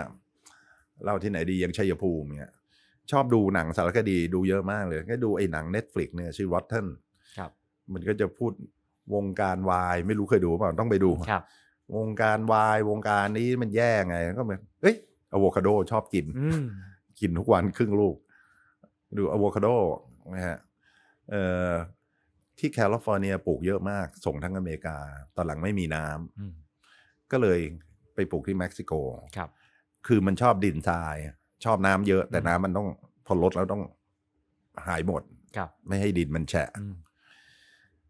S1: เราที่ไหนดีอยังชัยภูมิเนี่ยชอบดูหนังสารคดีดูเยอะมากเลย ก็ดูไอ้หนัง Netflix เนี่ยชื่อ Rotten
S3: ครับ
S1: มันก็จะพูดวงการวาย ไม่รู้เคยดูเปล่าต้องไปดู
S3: ครับ
S1: วงการวายวงการนี้มันแย่ไงก็เหมือนเอ้ยอะโวคาโดชอบกิน
S3: อืม
S1: กินทุกวันครึ่งลูก ดูอะโวคาโดนะฮะเอ่อที่แคลิฟอร์เนียปลูกเยอะมาก ส่งทั้งอเมริกา ตอนหลังไม่มีน้ำ
S3: อืม
S1: ก็เลยไปปลูกที่เม็กซิโก
S3: ครับ
S1: คือมันชอบดินทราย ชอบน้ำเยอะ แต่
S3: อืม
S1: น้ำมันต้องพอลดแล้วต้องหายหมด
S3: ครับ
S1: ไม่ให้ดินมันแฉะ
S3: อืม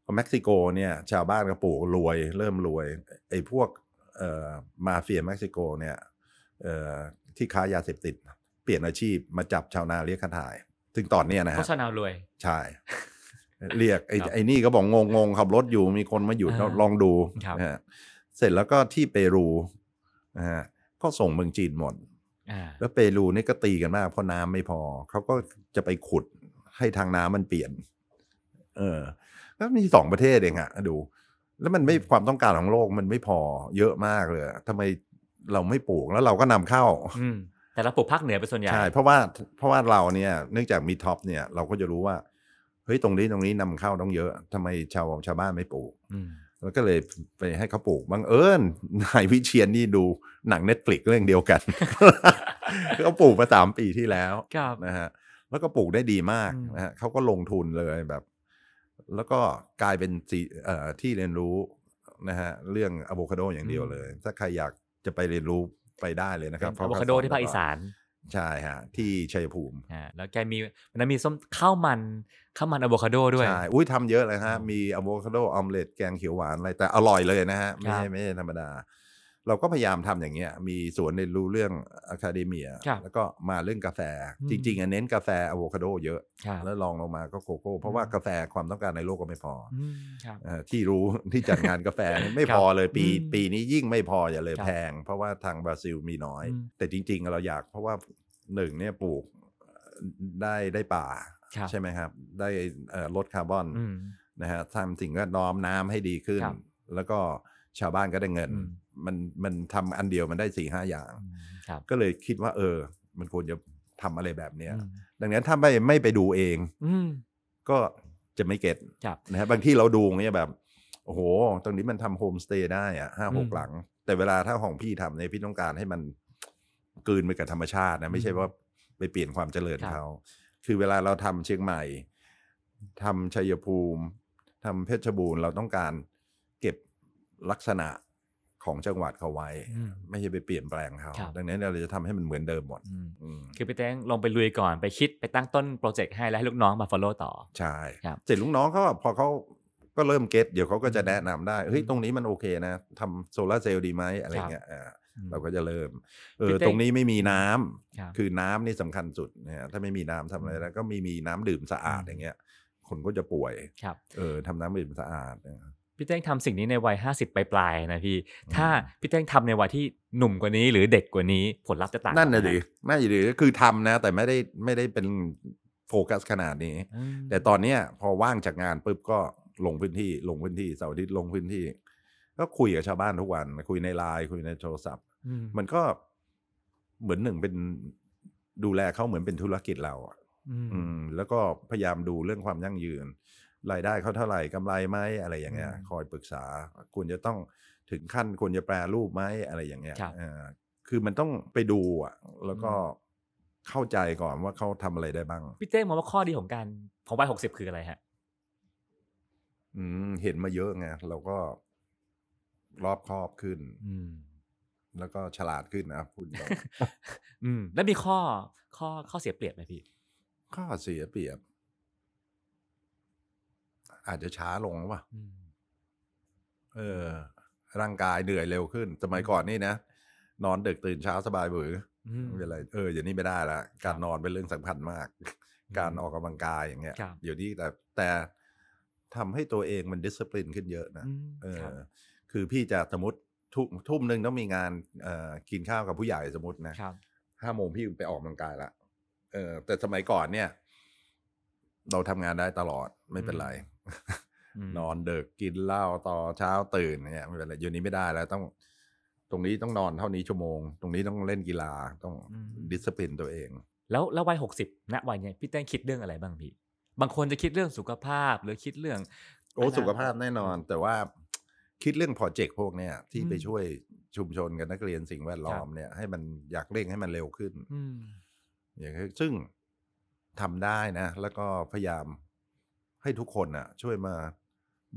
S1: พอเม็กซิโกเนี่ย ชาวบ้านก็ปลูกรวย เริ่มรวย ไอ้พวกเอ่อมาเฟียเม็กซิโกเนี่ยเอ่อที่ค้ายาเสพติด เปลี่ยนอาชีพมาจับชาวนาเรียกค่าถ่าย ถึงตอนเนี้ยนะ
S3: เพ
S1: ฮะ
S3: ราะชาวนาวรวย
S1: ใช่ เรียกไอ้
S3: ครับ
S1: ไอ้นี่ก็บอกงงงๆขับรถอยู่มีคนมาหยุด
S3: อ่า
S1: ก็ลองดู
S3: ครับ
S1: นะฮะเสร็จแล้วก็ที่เปรูนะฮะก็ส่งเมืองจีนหมด
S3: อ่า
S1: แล้วเปรูนี่ก็ตีกันมากเพราะน้ำไม่พอ เขาก็จะไปขุดให้ทางน้ำมันเปลี่ยน เออ แล้วมีสองประเทศเองอะดู แล้วมันไม่ความต้องการของโลกมันไม่พอเยอะมากเลยอะทำไมเราไม่ปลูกแล้วเราก็นำเข้า
S3: อืมแต่เราปลูกภาคเหนือเป็นส่วนใหญ่
S1: ใช่เพราะว่าเพราะว่าเราเนี่ยเนื่องจากมีท็อปเนี่ยเราก็จะรู้ว่าเฮ้ยตรงนี้ตรงนี้นำเข้าต้องเยอะทำไมชาวชาวบ้านไม่ปลูก
S3: อืม
S1: แล้วก็เลยไปให้เขาปลูกบังเอิญ [laughs] นายวิเชียนนี่ดูหนังเน็ตฟลิกเรื่องเดียวกัน [laughs] เขาปลูกมาสามปีที่แล้ว
S3: ครับ
S1: นะฮะแล้วก็ปลูกได้ดีมาก
S3: อืม
S1: นะฮะเขาก็ลงทุนเลยแบบ แล้วก็กลายเป็นสีเอ่อที่เรียนรู้นะฮะเรื่องอะโวคาโดอย่างเดียวเลย ถ้าใครอยากจะไปเรียนรู้ไปได้เลยนะครับ
S3: อะโวคาโดที่ภาคอีสาน
S1: ใช่ฮะที่ชัยภูมิ
S3: อ่าแล้วแกมีมันนนมีส้มข้าวมันข้าวมันอะโวคาโดด้วย
S1: ใช่ อุ้ยทำเยอะเลยฮะ
S3: อืม
S1: มีอะโวคาโดออมเล็ตแกงเขียวหวานอะไร แต่อร่อยเลยนะฮะ ไม่
S3: ครับ
S1: ใช่ไม่ใช่ธรรมดา เราก็พยายามทำอย่างเงี้ย มีสวนเรียนรู้เรื่องอะคาเดเมีย
S3: ครับ
S1: แล้วก็มาเรื่องกาแฟ
S3: อืม
S1: จริงๆอะเน้นกาแฟอะโวคาโดเยอะ
S3: ครับ
S1: แล้วลองลงมาก็โกโก้ เพราะว่ากาแฟความต้องการในโลกก็ไม่พอ
S3: อืมครับ
S1: เอ่อที่รู้ [laughs] ที่จัดงานกาแฟ
S3: [laughs]
S1: นี่ไม่
S3: ครับ
S1: พอเลยปี
S3: อืม
S1: ปีนี้ยิ่งไม่พออย่าเลย
S3: ครับ
S1: แพง เพราะว่าทางบราซิลมีน้อย
S3: อืม
S1: แต่จริง ๆ เราอยาก เพราะว่าหนึ่งเนี่ยปลูกได้ได้ป่า
S3: ครับ
S1: ใช่ไหมครับ ได้เอ่อลดคาร์บอน
S3: อืม
S1: นะฮะทำสิ่งแวดล้อมน้ำให้ดีขึ้น
S3: ครับ
S1: แล้วก็ชาวบ้านก็ได้เงิน
S3: อืม
S1: มันมันทำอันเดียวมันได้สี่ห้าอย่าง
S3: อืมครับ
S1: ก็เลยคิดว่า เออ มันควรจะทำอะไรแบบเนี้ย
S3: อืม
S1: ดังนั้นถ้าไม่ไม่ไปดูเอง
S3: อืม
S1: ก็จะไม่เก็ต
S3: ครับ
S1: นะฮะบางที่เราดูเนี่ยแบบ โอ้โห ตรงนี้มันทำโฮมสเตย์ได้อะห้าหก
S3: อืม
S1: หลัง แต่เวลาถ้าของพี่ทำเนี่ยพี่ต้องการให้มันกลืนไปกับธรรมชาตินะ ไม่ใช่ว่าไปเปลี่ยนความเจริญ
S3: ครับ
S1: เขาคือเวลาเราทำเชียงใหม่ทำชัยภูมิทำเพชรบูรณ์เราต้องการเก็บลักษณะของจังหวัดเขาไว้
S3: อืม
S1: ไม่ใช่ไปเปลี่ยนแปลงเขา
S3: ครับ
S1: ดังนั้นเราจะทำให้มันเหมือนเดิมหมด
S3: อืม
S1: อืม
S3: คือพี่แตงลงไปลุยก่อนไปคิดไปตั้งต้นโปรเจกต์ให้แล้วให้ลูกน้องมา follow ต่อ
S1: ใช่
S3: ครับ
S1: เสร็จลูกน้องเขาอะพอเขาก็เริ่มเก็ตเดี๋ยวเขาก็จะแนะนำได้ เฮ้ย
S3: อืม
S1: ตรงนี้มันโอเคนะทำโซลาร์เซลล์ดีไหมอะไรเงี้ยอ่าเราก็จะเริ่มเอ
S3: พี่
S1: อ
S3: เต้
S1: ตรงนี้ไม่มีน้ำ
S3: ครับ
S1: คือน้ำนี่สำคัญสุดนะฮะถ้าไม่มีน้ำทำอะไรแล้วก็มีมีน้ำดื่มสะอาด
S3: อืม
S1: อย่างเงี้ย คนก็จะป่วย
S3: ครับ
S1: เออทำน้ำดื่มสะอาดนะ
S3: พี่แต้งทำสิ่งนี้ในวัย 50 ปลายๆนะพี่
S1: อืม
S3: ถ้าพี่แต้งทำในวัยที่หนุ่มกว่านี้หรือเด็กกว่านี้ผลลัพธ์จะต่างกั
S1: นั่น
S3: ไหม
S1: น่ะดิน่าจะดิคือทำนะ แต่ไม่ได้ไม่ได้เป็นโฟกัสขนาดนี้
S3: อืม
S1: แต่ตอนเนี้ยพอว่างจากงานปุ๊บก็ลงพื้นที่ลงพื้นที่เสาร์อาทิตย์ลงพื้นที่ ก็คุยกับชาวบ้านทุกวัน คุยในไลน์คุยในโทรศัพท์
S3: อืม
S1: มันก็เหมือนหนึ่งเป็นดูแลเขาเหมือนเป็นธุรกิจเราอะ
S3: อืม
S1: อืม แล้วก็พยายามดูเรื่องความยั่งยืน รายได้เขาเท่าไหร่กำไรไหมอะไรอย่างเงี้ย
S3: อืม
S1: คอยปรึกษาควรจะต้องถึงขั้นควรจะแปรรูปไหมอะไรอย่างเงี้ย
S3: ครับ
S1: เออคือมันต้องไปดูอ่ะ แล้วก็
S3: อื
S1: เข้าใจก่อนว่าเขาทำอะไรได้บ้าง
S3: พี่เต้งมองว่าข้อดีของการของวัย 60 คืออะไรฮะ
S1: อืมเห็นมาเยอะไงเราก็รอบคอบขึ้น
S3: อืม
S1: แล้วก็ฉลาดขึ้นนะพูด
S3: [laughs]
S1: ตรง
S3: อืม แล้วมีข้อข้อข้อเสียเปรียบไหมพี่
S1: ข้อเสียเปรียบ อาจจะช้าลงหรือเปล่า
S3: อืม
S1: เออ ร่างกายเหนื่อยเร็วขึ้น สมัยก่อนนี่นะ นอนดึกตื่นเช้าสบายบือ
S3: อืม
S1: ไม่เป็นไรเอออย่างนี้ไม่ได้ละการนอนเป็นเรื่องสำคัญมาก การออกกำลังกายอย่างเงี้ย
S3: ครับ
S1: เดี๋ยวนี้แต่แต่ทำให้ตัวเองมันดิส i p ลินขึ้นเยอะนะ
S3: อืม
S1: เออ
S3: ครับ
S1: คือพี่จะสมมติทุ่มทุ่มหนึ่งต้องมีงานเอ่อกินข้าวกับผู้ใหญ่สมมตินะครับ ห้าโมงพี่ไปออกกำลังกายละเออ แต่สมัยก่อนเนี่ย เราทำงานได้ตลอดไม่เป็นไร
S3: ม
S1: นอนเดึกกินเหล้าต่อเช้าตื่นเนี่ยไม่เป็นไรอยู่นี้ไม่ได้แล้วต้อง ตรงนี้ต้องนอนเท่านี้ชั่วโมง ตรงนี้ต้องเล่นกีฬาต้อง
S3: อืม
S1: ดิส i p ลินตัวเอง
S3: แล้วแล้ววัย 60ณวัยเนี้ยพี่เต้งคิดเรื่องอะไรบ้างพี่ บางคนจะคิดเรื่องสุขภาพหรือคิดเรื่อง
S1: โอ้
S3: อนาคต
S1: สุขภาพแน่นอน แต่ว่าคิดเรื่องโปรเจกต์พวกเนี้ยที่
S3: อืม
S1: ไปช่วยชุมชนกับนักเรียนสิ่งแวดล้อมเนี่ยให้มันอยากเร่งให้มันเร็วขึ้น
S3: อืม
S1: อย่างเงี้ยซึ่งทำได้นะ แล้วก็พยายามให้ทุกคนอ่ะ ช่วยมา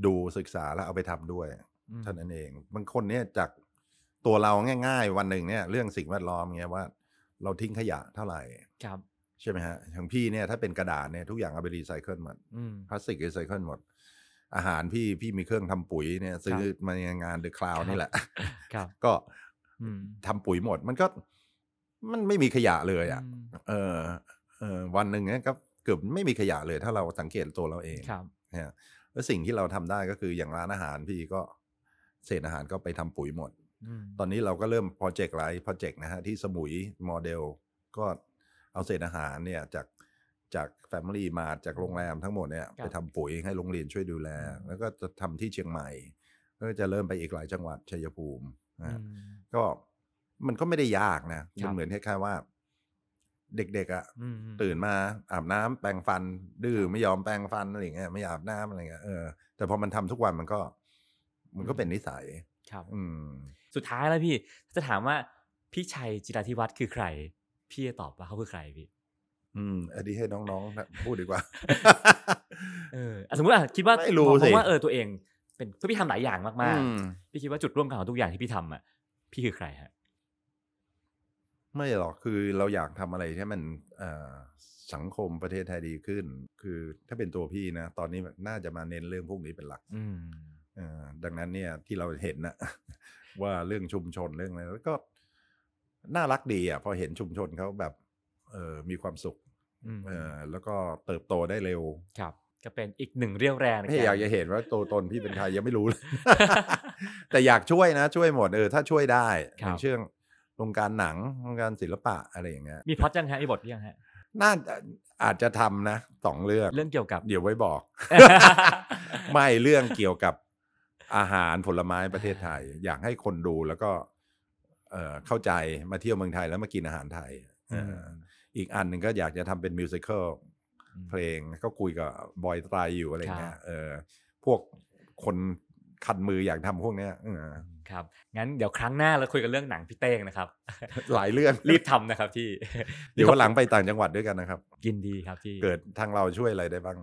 S1: ดูศึกษาแล้วเอาไปทำด้วย
S3: อืม
S1: เท่านั้นเองบางคนเนี่ยจากตัวเราง่าย ๆ วันหนึ่งเนี่ย เรื่องสิ่งแวดล้อมเงี้ยว่า เราทิ้งขยะเท่าไหร่
S3: ครับ
S1: ใช่ไหมฮะอย่างพี่เนี่ยถ้าเป็นกระดาษเนี่ยทุกอย่างเอาไปรีไซเคิลหมด
S3: อืม
S1: พลาสติกรีไซเคิลหมด อาหารพี่พี่มีเครื่องทำปุ๋ยเนี่ยซื้อมาในงานเดอะคลาว
S3: ครับ
S1: นี่แหละ
S3: ครับ
S1: [laughs] ก็
S3: อืม
S1: ทำปุ๋ยหมด มันก็มันไม่มีขยะเลยอ่ะ
S3: อืม
S1: เออเออวันหนึ่งเนี่ยก็เกือบไม่มีขยะเลย ถ้าเราสังเกตตัวเราเอง
S3: ครับ
S1: นะฮะแล้วสิ่งที่เราทำได้ก็คืออย่างร้านอาหารพี่ก็เศษอาหารก็ไปทำปุ๋ยหมด
S3: อืม
S1: ตอนนี้เราก็เริ่มโปรเจกต์หลายโปรเจกต์นะฮะที่สมุยโมเดลก็เอาเศษอาหารเนี่ยจากจากแฟมิลี่มาจากโรงแรมทั้งหมดเนี่ยไปทำปุ๋ยให้โรงเรียนช่วยดูแล แล้วก็จะทำที่เชียงใหม่ก็จะเริ่มไปอีกหลายจังหวัดชัยภูมินะ
S3: อื
S1: ฮะ
S3: ม
S1: ก็มันก็ไม่ได้ยากนะ
S3: ครั
S1: มัน
S3: บ
S1: เหมือนคล้ายๆว่า เด็กๆอะ่ะ
S3: อืม
S1: ตื่นมาอาบน้ำแปรงฟัน ดื้อไม่ยอมแปรงฟันอะไรอย่างเงี้ยไม่อาบน้ำอะไรเงี้ยเออแต่พอมันทำทุกวันมันก็ มันก็เป็นนิสัย
S3: ครับ
S1: อืม
S3: สุดท้ายแล้วพี่ถ้าจะถามว่าพี่ชัยจิราธิวัฒน์คือใคร พี่จะตอบว่าเขาคือใครพี่
S1: อืมอันนี้ให้น้องๆพูดดีกว่า
S3: เอออ่ะสมมติอ่ะคิดว่า
S1: ไม่รู้
S3: ผม
S1: สิ
S3: ว่าเออตัวเองเป็นเพราะพี่ทำหลายอย่างมาก
S1: อืม
S3: ๆ พี่คิดว่าจุดร่วมกันของทุกอย่างที่พี่ทำอ่ะพี่คือใครฮะ
S1: ไม่หรอกคือเราอยากทำอะไรที่มันเอ่อสังคมประเทศไทยดีขึ้น คือถ้าเป็นตัวพี่นะตอนนี้น่าจะมาเน้นเรื่องพวกนี้เป็นหลัก
S3: อืม
S1: เอ่อดังนั้นเนี่ยที่เราเห็นนะ [laughs] ว่าเรื่องชุมชนเรื่องอะไรแล้วก็น่ารักดีอ่ะพอเห็นชุมชนเขาแบบเออมีความสุข
S3: อืม
S1: เออแล้วก็เติบโตได้เร็ว
S3: ครับ ก็เป็นอีกหนึ่งเรี่ยวแรงใน
S1: ไม่อยากจะเห็นว่าตัวตนพี่เป็นใครยังไม่รู้เลย [laughs] แต่อยากช่วยนะ ช่วยหมดเออถ้าช่วยได้อย่างเช่นโครงการหนังโครงการศิลปะอะไรอย่างเงี้ย
S3: มีพล็อดยังฮะมีบทยังฮะ
S1: น่าอาจจะทำนะสองเรื่อง
S3: เรื่องเกี่ยวกับ
S1: เดี๋ยวไว้บอก ไม่เรื่องเกี่ยวกับอาหารผลไม้ประเทศไทย อยากให้คนดูแล้วก็เอ่อเข้าใจมาเที่ยวเมืองไทยแล้วมากินอาหารไทยเอ่อออีกอันหนึ่งก็อยากจะทำเป็นมิวสิควล
S3: อืม
S1: เพลงก็คุยกับบอยตรายอยู่อะไรเงี้ย
S3: ครับ
S1: เออพวกคนคันมืออยากทำพวกเนี้ยเออ
S3: [laughs] ครับ งั้นเดี๋ยวครั้งหน้าเราคุยกันเรื่องหนังพี่เต้งนะครับ
S1: [laughs] หลายเรื่อง
S3: รีบทำนะครับพี่ [laughs]
S1: เดี๋ยววันหลังไปต่างจังหวัดด้วยกันนะครับ
S3: ยินดีครับพี่
S1: เกิดทางเราช่วยอะไรได้บ้าง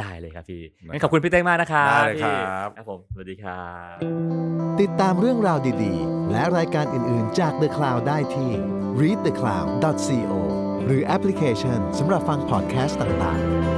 S3: ได้เลยครับพี่
S1: นะครับ
S3: งั้นขอบคุณพี่เต้งมากนะครับ
S1: ได้เลยครับ
S3: พี่ครับผม สวัสดีครับ
S2: ติดตามเรื่องราวดีๆ และรายการอื่นๆจาก The Cloud ได้ที่ readthecloud.co หรือแอปพลิเคชันสำหรับฟังพอดแคสต์ต่างๆ